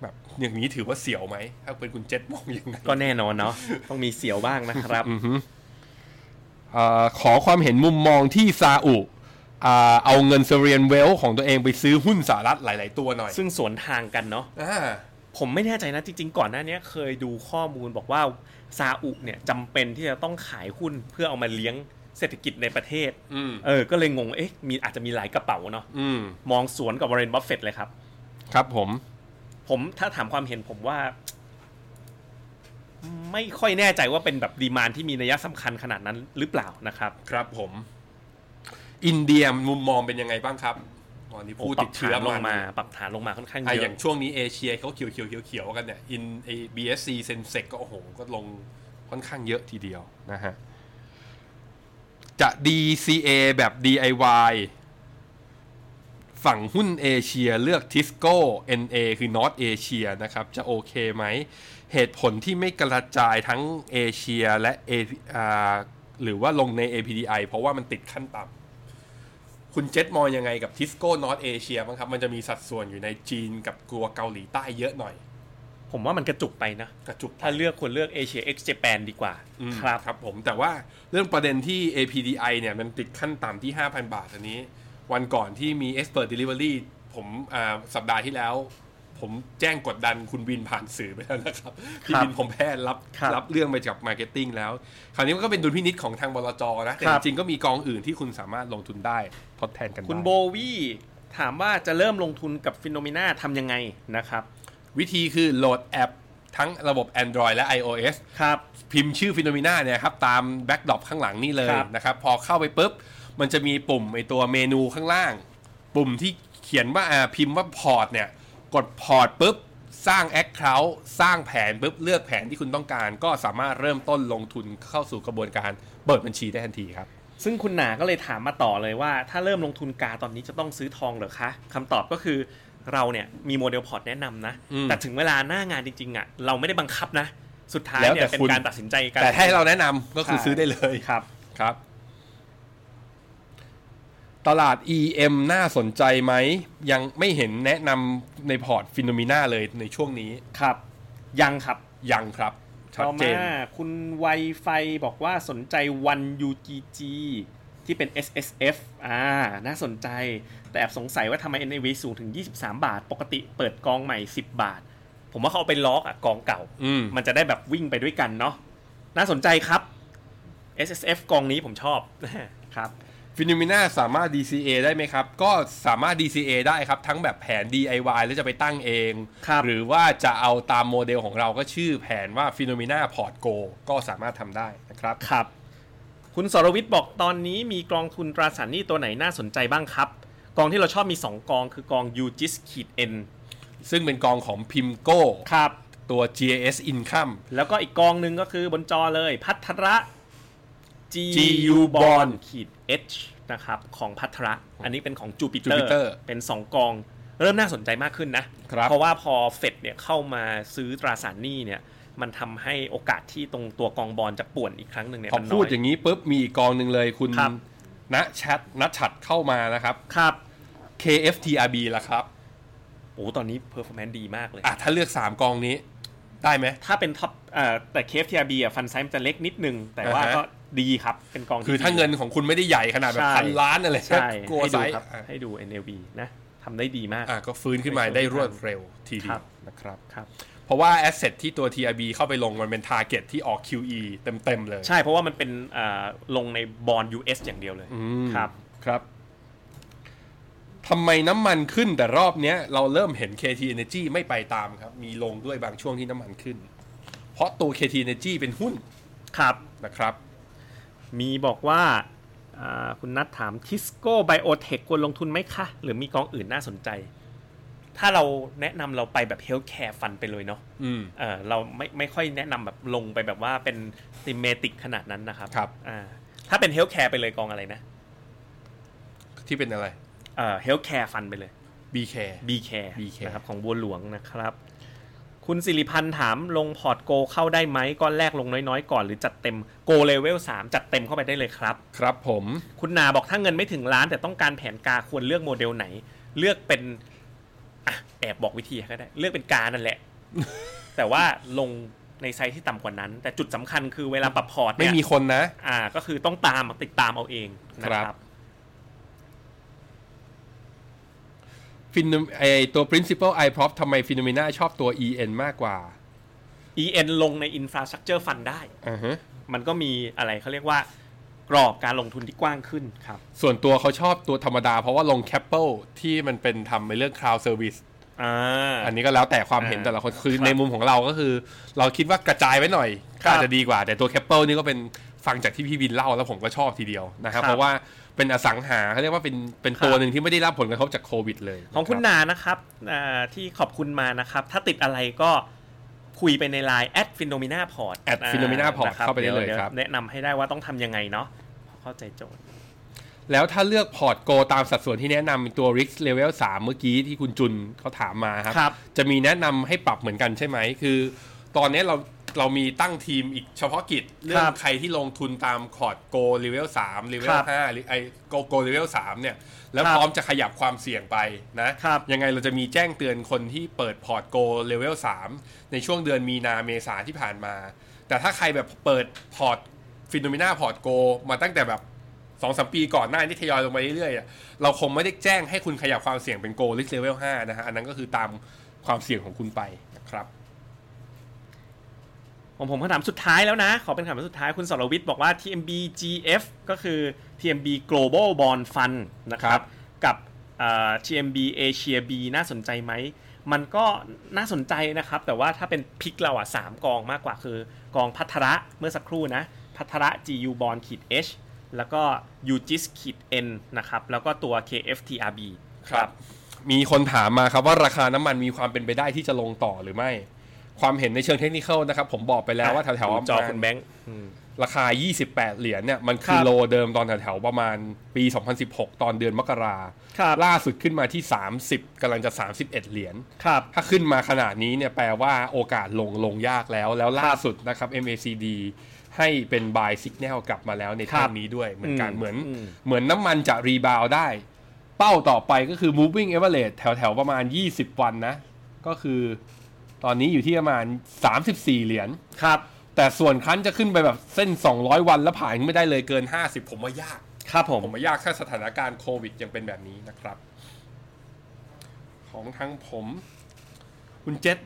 Speaker 2: แบบอย่างนี้ถือว่าเสียวไหม ถ้าเป็นคุณเจษมองอย่างไง
Speaker 3: ก็แน่นอนเนาะต้องมีเสียวบ้างนะครับ
Speaker 2: เออขอความเห็นมุมมองที่ซาอุอ่าเอาเงินเซเรียนเวลของตัวเองไปซื้อหุ้นสหรัฐหลาย ๆ ตัวหน่อย
Speaker 3: ซึ่งสวนทางกันเนาะ
Speaker 2: อ่า
Speaker 3: ผมไม่แน่ใจนะจริง ๆ ก่อนหน้านี้เคยดูข้อมูลบอกว่าซาอุเนี่ยจำเป็นที่จะต้องขายหุ้นเพื่อเอามาเลี้ยงเศรษฐกิจในประเทศ
Speaker 2: อืม
Speaker 3: เออ ก็เลยงงเอ๊ะมีอาจจะมีหลายกระเป๋าเนาะ
Speaker 2: อืม
Speaker 3: มองสวนกับวอร์เรนบัฟเฟตเลยครับ
Speaker 2: ครับผม
Speaker 3: ผมถ้าถามความเห็นผมว่า ไม่ค่อยแน่ใจว่าเป็นแบบดีมานที่มีนัยสำคัญขนาดนั้นหรือเปล่านะครับ
Speaker 2: ครับผม อินเดียมุมมองเป็นยังไงบ้างครับตอนนี้ผู้
Speaker 3: โอ้ป
Speaker 2: ติ
Speaker 3: รั
Speaker 2: ด
Speaker 3: บ
Speaker 2: เชื้อ
Speaker 3: ฐา
Speaker 2: น
Speaker 3: ลงมา
Speaker 2: น
Speaker 3: ปรับฐานลงมาค่อนข้าง
Speaker 2: อ่ะ
Speaker 3: เย
Speaker 2: อย่าง
Speaker 3: อะ
Speaker 2: ช่วงนี้เอเชียเขาเขียวเขียวเขียวเขียวๆๆๆกันเนี่ยอินไอบีเอสซีเซนเซกก็โอ้โห ก็ลงค่อนข้างเยอะทีเดียวนะฮะ จะ DCA แบบ DIY ฝั่งหุ้นเอเชียเลือกทิสโก้ NA คือ North Asia นะครับ จะโอเคไหม เหตุผลที่ไม่กระจายทั้งเอเชียและ A อ่าหรือว่าลงใน APDI เพราะว่ามันติดขั้นต่ำคุณเจษมองยังไงกับทิสโก้ North Asia บ้างครับ มันจะมีสัดส่วนอยู่ในจีนกับกลัวเกาหลีใต้เยอะหน่อย
Speaker 3: ผมว่ามันกระจุกไปนะ
Speaker 2: กระจุก
Speaker 3: ถ้าเลือกควรเลือกเอเชียเอ็กซ์เจแปนดีกว่า
Speaker 2: อืม
Speaker 3: ครับ
Speaker 2: ครับผมแต่ว่าเรื่องประเด็นที่ APDI เนี่ย มันติดขั้นต่ำที่ 5,000 บาทอันนี้ วันก่อนที่มี Expert Delivery ผมอ่าสัปดาห์ที่แล้ว ผมแจ้งกดดันคุณวินผ่านสื่อไปแล้วนะครับ พี่วินผมแพทย์รับ
Speaker 3: ครับ
Speaker 2: รับเรื่องไปจากมาร์เก็ตติ้งแล้ว คราวนี้มันก็เป็นดุลพินิษของทางบลจนะ แต่
Speaker 3: ครั
Speaker 2: จ
Speaker 3: บ
Speaker 2: ริงๆก็มีกองอื่นที่คุณสามารถลงทุนได้ทดแทนกันได้
Speaker 3: คุณโบวี่ถามว่าจะเริ่มลงทุนกับฟิโนเมนาทำยังไงนะครับ
Speaker 2: วิธีคือโหลดแอปทั้งระบบ Android และ iOS
Speaker 3: ครับ
Speaker 2: พิมพ์ชื่อฟิโนมิน่าเนี่ยครับ ตามแบ็กดรอปข้างหลังนี่เลย
Speaker 3: ครับ
Speaker 2: นะครับ พอเข้าไปปุ๊บ มันจะมีปุ่มไอตัวเมนูข้างล่าง ปุ่มที่เขียนว่าอ่าพิมพ์ว่าพอร์ตเนี่ย กดพอร์ตปุ๊บ สร้างแอคเคาท์สร้างแผนปุ๊บ เลือกแผนที่คุณต้องการ ก็สามารถเริ่มต้นลงทุนเข้าสู่กระบวนการเปิดบัญชีได้ทันทีครับ
Speaker 3: ซึ่งคุณหนาก็เลยถามมาต่อเลยว่า ถ้าเริ่มลงทุนกาตอนนี้จะต้องซื้อทองเหรอคะคำตอบก็คือเราเนี่ยมีโมเดลพอร์ตแนะนำนะ
Speaker 2: อืม
Speaker 3: แต่ถึงเวลาหน้างานจริงๆอ่ะเราไม่ได้บังคับนะ สุดท้าย
Speaker 2: แล้ว
Speaker 3: เนี่
Speaker 2: แต่
Speaker 3: ยเป็น
Speaker 2: คุณ
Speaker 3: การตัดสินใจกัน
Speaker 2: แต่ให้เราแนะนำก็คือซื้อได้เลย
Speaker 3: ครับ
Speaker 2: ครับ ตลาด EM น่าสนใจไหม ยังไม่เห็นแนะนำในพอร์ตฟิโนมิน่าเลยในช่วงนี้
Speaker 3: ครับ ยังครับ
Speaker 2: ยังครับ ชัด
Speaker 3: ต่อ
Speaker 2: เจ
Speaker 3: มาน คุณไวไฟบอกว่าสนใจ One UGG ที่เป็น SSF อ่า น่าสนใจ แต่แอบสงสัยว่าทำไม NAV สูงถึง 23 บาท ปกติเปิดกองใหม่ 10 บาท ผมว่าเขาเอาไปล็อกอะกองเก่า
Speaker 2: อืม
Speaker 3: มันจะได้แบบวิ่งไปด้วยกันเนาะ น่าสนใจครับ SSF กองนี้ผมชอบ ครับ
Speaker 2: ฟิโนมิน่าสามารถ DCA ได้ไหมครับ ก็สามารถ DCA ได้ครับ ทั้งแบบแผน DIY แล้วจะไปตั้งเอง
Speaker 3: ครับ
Speaker 2: หรือว่าจะเอาตามโมเดลของเราก็ชื่อแผนว่าฟิโนมิน่าพอร์ตโกก็สามารถทำได้นะครับ
Speaker 3: ครับ คุณสรวิทย์บอกตอนนี้มีกองทุนตราสารหนี้ตัวไหนน่าสนใจบ้างครับ กองที่เราชอบมี 2 กองคือกอง UGIS ขีด N
Speaker 2: ซึ่งเป็นกองของพิมโก
Speaker 3: ครับ
Speaker 2: ตัว GAS Income
Speaker 3: แล้วก็อีกกองหนึ่งก็คือบนจอเลย พัทระ
Speaker 2: GU Bond
Speaker 3: ขีด H นะครับ ของพัทระ อันนี้เป็นของจูปิเตอร์
Speaker 2: Jupiter
Speaker 3: เป็น 2 กองเริ่มน่าสนใจมากขึ้นนะ
Speaker 2: ครับ
Speaker 3: เพราะว่าพอเฟดเนี่ยเข้ามาซื้อตราสารหนี้เนี่ย มันทำให้โอกาสที่ตรงตัวกองบอลจะป่วนอีกครั้งหนึ่งเนี่ย
Speaker 2: พอ
Speaker 3: มันน้อย
Speaker 2: พูดอย่างนี้ปุ๊บมีอีกกองหนึ่งเลยคุณ
Speaker 3: ครับ
Speaker 2: ณชัดณชัดเข้ามานะครับ
Speaker 3: ครับ
Speaker 2: KFTRB ละครับ
Speaker 3: โอ้ตอนนี้เพอร์ฟอร์แมนซ์ดีมากเลย
Speaker 2: อ่ะถ้าเลือก 3 กองนี้ได้ไหม
Speaker 3: ถ้าเป็นท็อปเอ่อแต่เคฟทีอาร์บีอ่ะฟันไซส์มันจะเล็กนิดนึง แต่ว่า
Speaker 2: อ่าฮะ
Speaker 3: ก็ดีครับเป็นกองที่
Speaker 2: คือถ้า
Speaker 3: ดี
Speaker 2: เงินของคุณไม่ได้ใหญ่ขนาดแบบ
Speaker 3: ใช่
Speaker 2: พันล้านอะไร
Speaker 3: ใช่
Speaker 2: กลัว
Speaker 3: ให้
Speaker 2: ไซ
Speaker 3: ดู
Speaker 2: ส์
Speaker 3: ครับ
Speaker 2: อ่ะ
Speaker 3: ให้ดู NLB นะ ทำได้ดีมาก
Speaker 2: อ่ะก็ฟื้นขึ้นมาได้รวดเร็วทีเดี
Speaker 3: ครั
Speaker 2: ยว
Speaker 3: บ
Speaker 2: นะครับ
Speaker 3: ครับ
Speaker 2: เพราะว่าแอสเซทที่ตัว TRB เข้าไปลงมันเป็นทาร์เก็ตที่ออก QE เต็ม ๆ เลย
Speaker 3: ใช่เพราะว่ามันเป็นอ่าลงในบอล US อย่างเดียวเลย
Speaker 2: อืม
Speaker 3: ครับ
Speaker 2: ครับทำไมน้ำมันขึ้นแต่รอบเนี้ย เราเริ่มเห็น KT Energy ไม่ไปตามครับ มีลงด้วยบางช่วงที่น้ำมันขึ้น เพราะตัว KT Energy เป็นหุ้น
Speaker 3: ครับ
Speaker 2: นะครับ
Speaker 3: มีบอกว่าอ่าคุณนัทถามทิสโก้ไบโอเทคควรลงทุนไหมคะ หรือมีกองอื่นน่าสนใจ ถ้าเราแนะนำเราไปแบบเฮลท์แคร์ฟันไปเลยเนาะ
Speaker 2: อืม
Speaker 3: เออเราไม่ไม่ค่อยแนะนำแบบลงไปแบบว่าเป็นซิเมติกขนาดนั้นนะครับ
Speaker 2: ครับ
Speaker 3: อ่าถ้าเป็นเฮลท์แคร์ไปเลยกองอะไรนะ
Speaker 2: ที่เป็นอะไร
Speaker 3: เออฮลท์แคร์ฟันไปเลย
Speaker 2: BK
Speaker 3: B Care
Speaker 2: B Care
Speaker 3: นะครับของบัวหลวงนะครับ คุณสิริพันธ์ถามลงพอร์ตโกเข้าได้ไหมก้อนแรกลงน้อยๆ ก่อนหรือจัดเต็มโกเลเวล3จัดเต็มเข้าไปได้เลยครับ
Speaker 2: ครับผม
Speaker 3: คุณนาบอกถ้าเงินไม่ถึงล้านแต่ต้องการแผนกาควรเลือกโมเดลไหน เลือกเป็นอ่ะแอบบอกวิธีก็ได้ เลือกเป็นกานั่นแหละ แต่ว่าลงในไซส์ที่ต่ำกว่านั้น แต่จุดสำคัญคือเวลาปรับพอร์ต
Speaker 2: ไม่
Speaker 3: เนี่ย
Speaker 2: มีคนนะ
Speaker 3: อ่า ก็คือต้องตามติดตามเอาเองนะค
Speaker 2: ครั
Speaker 3: รับ บ
Speaker 2: ฟินไอตัว principal i prop ทำไมฟิโนเมนาชอบตัว en มากกว่า
Speaker 3: EN ลงใน Infrastructure Fund ได้
Speaker 2: อ่าฮะ
Speaker 3: มันก็มีอะไรเขาเรียกว่ากรอบการลงทุนที่กว้างขึ้นครับ
Speaker 2: ส่วนตัวเขาชอบตัวธรรมดาเพราะว่าลงแคปเปิลที่มันเป็นทำในเรื่อง cloud service
Speaker 3: อ่า
Speaker 2: อันนี้ก็แล้วแต่ความเห็น
Speaker 3: อ่า
Speaker 2: แต่ละคนคือ
Speaker 3: ครับ
Speaker 2: ในมุมของเราก็คือ เราคิดว่ากระจายไว้หน่อย
Speaker 3: ครั
Speaker 2: ก็
Speaker 3: บ
Speaker 2: อาจจะดีกว่า แต่ตัวแคปเปิลนี่ก็เป็นฟังจากที่พี่บินเล่าแล้วผมก็ชอบทีเดียวนะครับ
Speaker 3: ครับ
Speaker 2: เพราะว่าเป็นอสังหาเขาเรียกว่าเป็นเป็น
Speaker 3: ครับ
Speaker 2: ตัวหนึ่งที่ไม่ได้รับผลกระทบจากโควิดเลย
Speaker 3: ของคุณ
Speaker 2: นะรับ
Speaker 3: นานะครับอ่าที่ขอบคุณมานะครับ ถ้าติดอะไรก็คุยไปใน Line แอดฟิโนมิน่าพอร์ต
Speaker 2: แอดฟิโนเมนาพอร์ตเข้าไปได้เลยครับ
Speaker 3: แนะนำให้ได้ว่าต้องทำยังไงเนาะเข้าใจโจทย์
Speaker 2: แล้วถ้าเลือกพอร์ตโกตามสัดส่วนที่แนะนำตัว risk level 3 เมื่อกี้ที่คุณจุนเขาถามมาครับ
Speaker 3: ครับ
Speaker 2: จะมีแนะนำให้ปรับเหมือนกันใช่ไหม คือ ตอนนี้เราเรามีตั้งทีมอีกเฉพาะกิจ เรื่องใครที่ลงทุนตามพอร์ตโก level 3 level
Speaker 3: ครับ
Speaker 2: 5หรือไอโกโก level 3เนี่ย แล้ว
Speaker 3: ครับ
Speaker 2: พร้อมจะขยับความเสี่ยงไปนะครับ ยังไงเราจะมีแจ้งเตือนคนที่เปิดพอร์ตโก level 3 ในช่วงเดือนมีนาเมษาที่ผ่านมา แต่ถ้าใครแบบเปิดพอร์ตฟิโนเมนาพอร์ตโกมาตั้งแต่แบบ สองสามปีก่อนหน้าที่ทยอยลงมาเรื่อยๆอะเราคงไม่ได้แจ้งให้คุณขยับความเสี่ยงเป็นโกลิสเลเวล5นะฮะ อันนั้นก็คือตามความเสี่ยงของคุณไปนะครับ
Speaker 3: ผมผมคำถามสุดท้ายแล้วนะ ขอเป็นคำถามสุดท้ายคุณสรวิทย์บอกว่า TMB GF ก็คือ TMB Global Bond Fund นะค
Speaker 2: ครั
Speaker 3: รับ
Speaker 2: บ
Speaker 3: กับเอ่อ TMB Asia B น่าสนใจไหม มันก็น่าสนใจนะครับ แต่ว่าถ้าเป็นพิกเราอ่ะสามกองมากกว่าคือกองพัทระเมื่อสักครู่นะ พัทระ GU Bond ขีด H แล้วก็ UGIS ขีด N นะครับ แล้วก็ตัว KFTRB
Speaker 2: มีคนถามมาครับว่าราคาน้ำมันมีความเป็นไปได้ที่จะลงต่อหรือไม่ ความเห็นในเชิงเทคนิคอลนะครับ ผมบอกไปแล้วว่าแถว
Speaker 3: ดู
Speaker 2: ๆ
Speaker 3: จอ
Speaker 2: ประมาณ
Speaker 3: คุณแบงค์อืม
Speaker 2: ราคา 28 เหรียญเนี่ย มันคือ
Speaker 3: ครับ
Speaker 2: โลเดิมตอนแถวๆประมาณปี 2016 ตอนเดือนมกรา
Speaker 3: ครับ
Speaker 2: ล่าสุดขึ้นมาที่ 30กำลังจะ 31 เหรียญ
Speaker 3: ครับ
Speaker 2: ถ้าขึ้นมาขนาดนี้เนี่ยแปลว่าโอกาสลงลงยากแล้ว แล้วล่าสุดนะครับ MACD ให้เป็น buy signal กลับมาแล้วในทางนี้ด้วยเหมือนกัน
Speaker 3: อืม
Speaker 2: เหมือน
Speaker 3: อืม
Speaker 2: เหมือนน้ำมันจะรีบาวได้ เป้าต่อไปก็คือ moving average แถวแถวๆประมาณ 20 วันนะ ก็คือตอนนี้อยู่ที่ประมาณ 34 เหรียญ
Speaker 3: ครับ
Speaker 2: แต่ส่วนครั้นจะขึ้นไปแบบเส้น 200 วันแล้วผ่านขึ้นไม่ได้เลยเกิน 50 ผมว่ายาก
Speaker 3: ครับผม
Speaker 2: ผมว่ายากถ้าสถานการณ์โควิดยังเป็นแบบนี้นะครับ ของทางผม คุณเจษ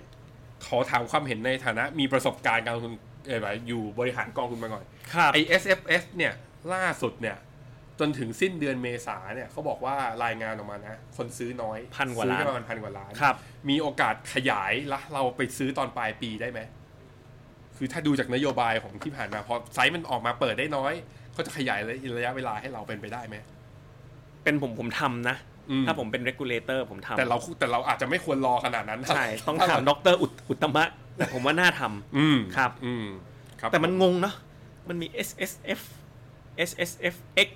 Speaker 2: ขอถามความเห็นในฐานะ มีประสบการณ์การลงทุนเอ่ออยู่บริหารกองทุนมาก่อน
Speaker 3: ครับ
Speaker 2: ไอ SFS เนี่ย ล่าสุดเนี่ย จนถึงสิ้นเดือนเมษาเนี่ยเขาบอกว่ารายงานออกมานะ คนซื้อน้อย
Speaker 3: พันกว่าล้า
Speaker 2: ซื้อ
Speaker 3: น
Speaker 2: แค่ประมาณพันกว่าล้าน
Speaker 3: ครับ
Speaker 2: มีโอกาสขยายละเราไปซื้อตอนปลายปีได้ไหม คือถ้าดูจากนโยบายของที่ผ่านมาพอไซส์มันออกมาเปิดได้น้อย ก็จะขยายระยะเวลาให้เราเป็นไปได้ไหม
Speaker 3: เป็นผมผมทำนะ
Speaker 2: อืม
Speaker 3: ถ้าผมเป็น regulator ผมทำ
Speaker 2: แต่เราแต่เราอาจจะไม่ควรรอขนาดนั้นนะ
Speaker 3: ใช่ ต้องถามด
Speaker 2: เร
Speaker 3: รอุตอุตมะ แต่ผมว่าน่าท
Speaker 2: อืม
Speaker 3: ครับ
Speaker 2: อืมครับ
Speaker 3: ำแต่มันงงเนาะมันมี S S F S S F X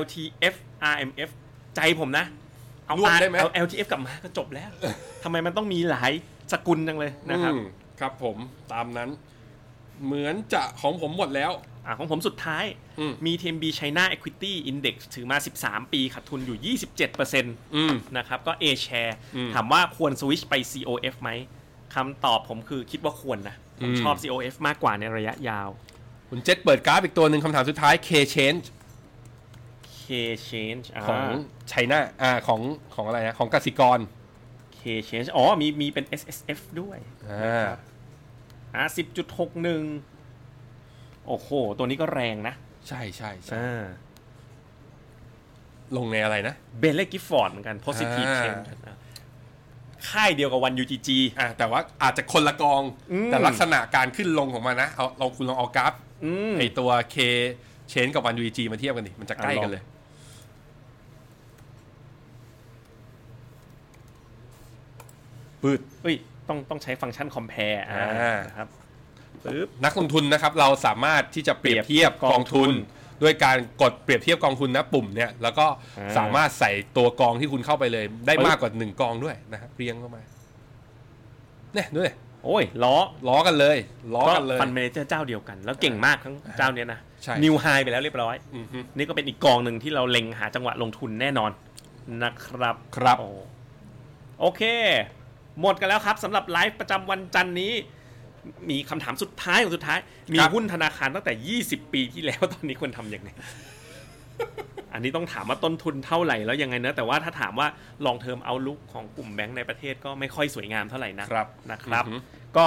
Speaker 3: L T F R M F ใจผมนะ เอา
Speaker 2: ร่วม
Speaker 3: R-
Speaker 2: ได้ไหม
Speaker 3: เอา L T F กลับมาก็จบ แล้วทำไมมันต้องมีหลายสกุลจังเลยนะครับ
Speaker 2: อืมครับผมตามนั้น เหมือนจะของผมหมดแล้ว
Speaker 3: อ่ะของผมสุดท้าย
Speaker 2: อืม
Speaker 3: มี TMB China Equity Index ถือมา 13 ปีขาดทุนอยู่ 27%
Speaker 2: อืม
Speaker 3: นะครับก็ A share
Speaker 2: อืม
Speaker 3: ถามว่าควรสวิชไป COF ไหมคำตอบผมคือคิดว่าควรนะ ผม
Speaker 2: อืม
Speaker 3: ชอบ COF มากกว่าในระยะยาว
Speaker 2: คุณเจษเปิดกราฟอีกตัวหนึ่งคำถามสุดท้าย K change
Speaker 3: K change า
Speaker 2: ของไชน่าอ่าของของอะไรนะของกสิกร
Speaker 3: K change อ๋อมีมีเป็น S S F ด้วย
Speaker 2: อ่า
Speaker 3: อ่าสิบจุดหกหนึ่งโอ้โห ตัวนี้ก็แรงนะ
Speaker 2: ใช่ใช่ใช่
Speaker 3: อ่า
Speaker 2: ลงในอะไรนะ
Speaker 3: เบลเลกิฟฟอร์ดเหมือนกัน positive
Speaker 2: อ่า
Speaker 3: change อ่ะค่ายเดียวกับวัน UGG
Speaker 2: อ่าแต่ว่าอาจจะคนละกอง
Speaker 3: อืม
Speaker 2: แต่ลักษณะการขึ้นลงของมันนะเอาเราคุณลองเอากราฟ
Speaker 3: อืม
Speaker 2: ไอตัว K เชนกับวัน UG มาเทียบกันดิมันจะใกล้กันเลย ปืด
Speaker 3: เอ้ยต้องต้องใช้ฟังก์ชัน compare อ่า
Speaker 2: อ่า
Speaker 3: นะครับปึ๊บ
Speaker 2: นักลงทุนนะครับเราสามารถที่จะเปรียบเทียบกองทุน ด้วยการกดเปรียบเทียบกองทุนนะปุ่มเนี่ยแล้วก็
Speaker 3: อ่า
Speaker 2: สามารถใส่ตัวกองที่คุณเข้าไปเลย ได้มากกว่าหนึ่งกองด้วยนะครับเรียงเข้ามาเนี่ยดูเลย
Speaker 3: โอ้ย ล้อ
Speaker 2: ล้อกันเลยล้อ
Speaker 3: ก็
Speaker 2: กันเลย
Speaker 3: ฟันเมเจอร์เจ้าเดียวกัน แล้วเก่งมากทั้งเจ้าเนี้ยนะ
Speaker 2: ใช่
Speaker 3: นิวไฮไปแล้วเรียบร้อย
Speaker 2: อือฮึ
Speaker 3: นี่ก็เป็นอีกกองหนึ่งที่เราเล็งหาจังหวะลงทุนแน่นอนนะครับ
Speaker 2: ครับ
Speaker 3: โอ้โอเค หมดกันแล้วครับสำหรับไลฟ์ประจำวันจันทร์นี้ มีคำถามสุดท้ายของสุดท้าย มีหุ้นธนาคารตั้งแต่ 20 ปีที่แล้ว ตอนนี้ควรทำยังไง อันนี้ต้องถามว่าต้นทุนเท่าไหร่แล้วยังไงเนอะแต่ว่าถ้าถามว่าลองเทอมเอาลุกของกลุ่มแบงก์ในประเทศก็ไม่ค่อยสวยงามเท่าไหร่นะครับ นะครับ
Speaker 2: อือฮึ
Speaker 3: ก็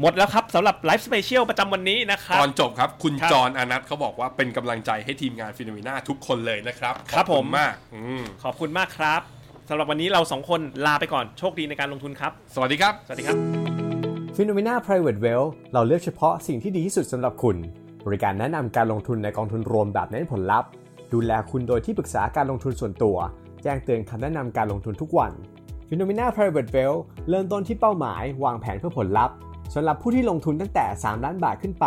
Speaker 3: หมดแล้วครับสำหรับไลฟ์สเปเชียลประจำวันนี้นะครับ
Speaker 2: ตอนจบครับ คุณ
Speaker 3: ครับ
Speaker 2: จรอนัทเขาบอกว่าเป็นกำลังใจให้ทีมงานฟิโนเมนาทุกคนเลยนะครับ
Speaker 3: ครับ
Speaker 2: ขอณ
Speaker 3: ผม
Speaker 2: มากอืม
Speaker 3: ขอบคุณมากครับสำหรับวันนี้เราสองคนลาไปก่อนโชคดีในการลงทุนครับ
Speaker 2: สวัสดีครับ
Speaker 3: สวัสดีครับ
Speaker 1: f i n o m e n a Private Wealth เราเลือกเฉพาะสิ่งที่ดีที่สุดสำหรับคุณ บริการแนะนำการลงทุนในกองทุนรวมแบบเน้นผลลัพธ์ ดูแลคุณโดยที่ปรึกษาการลงทุนส่วนตัว แจ้งเตือนคำแนะนำการลงทุนทุกวัน f i n o m e n a Private Wealth เริ่มต้นที่เป้าหมาย วางแผนเพื่อผลลัพธ์สำหรับผู้ที่ลงทุนตั้งแต่ 3 ล้านบาทขึ้นไป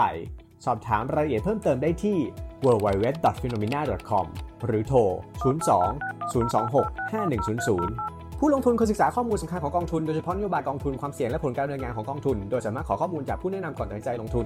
Speaker 1: สอบถามรายละเอียดเพิ่มเติมได้ที่ www.phenomena.com หรือโทร 02 026 5100 ผู้ลงทุนควรศึกษาข้อมูลสำคัญของกองทุน โดยเฉพาะนโยบายกองทุนความเสี่ยงและผลการดำเนินงานของกองทุน โดยสามารถขอข้อมูลจากผู้แนะนำก่อนตัดสินใจลงทุน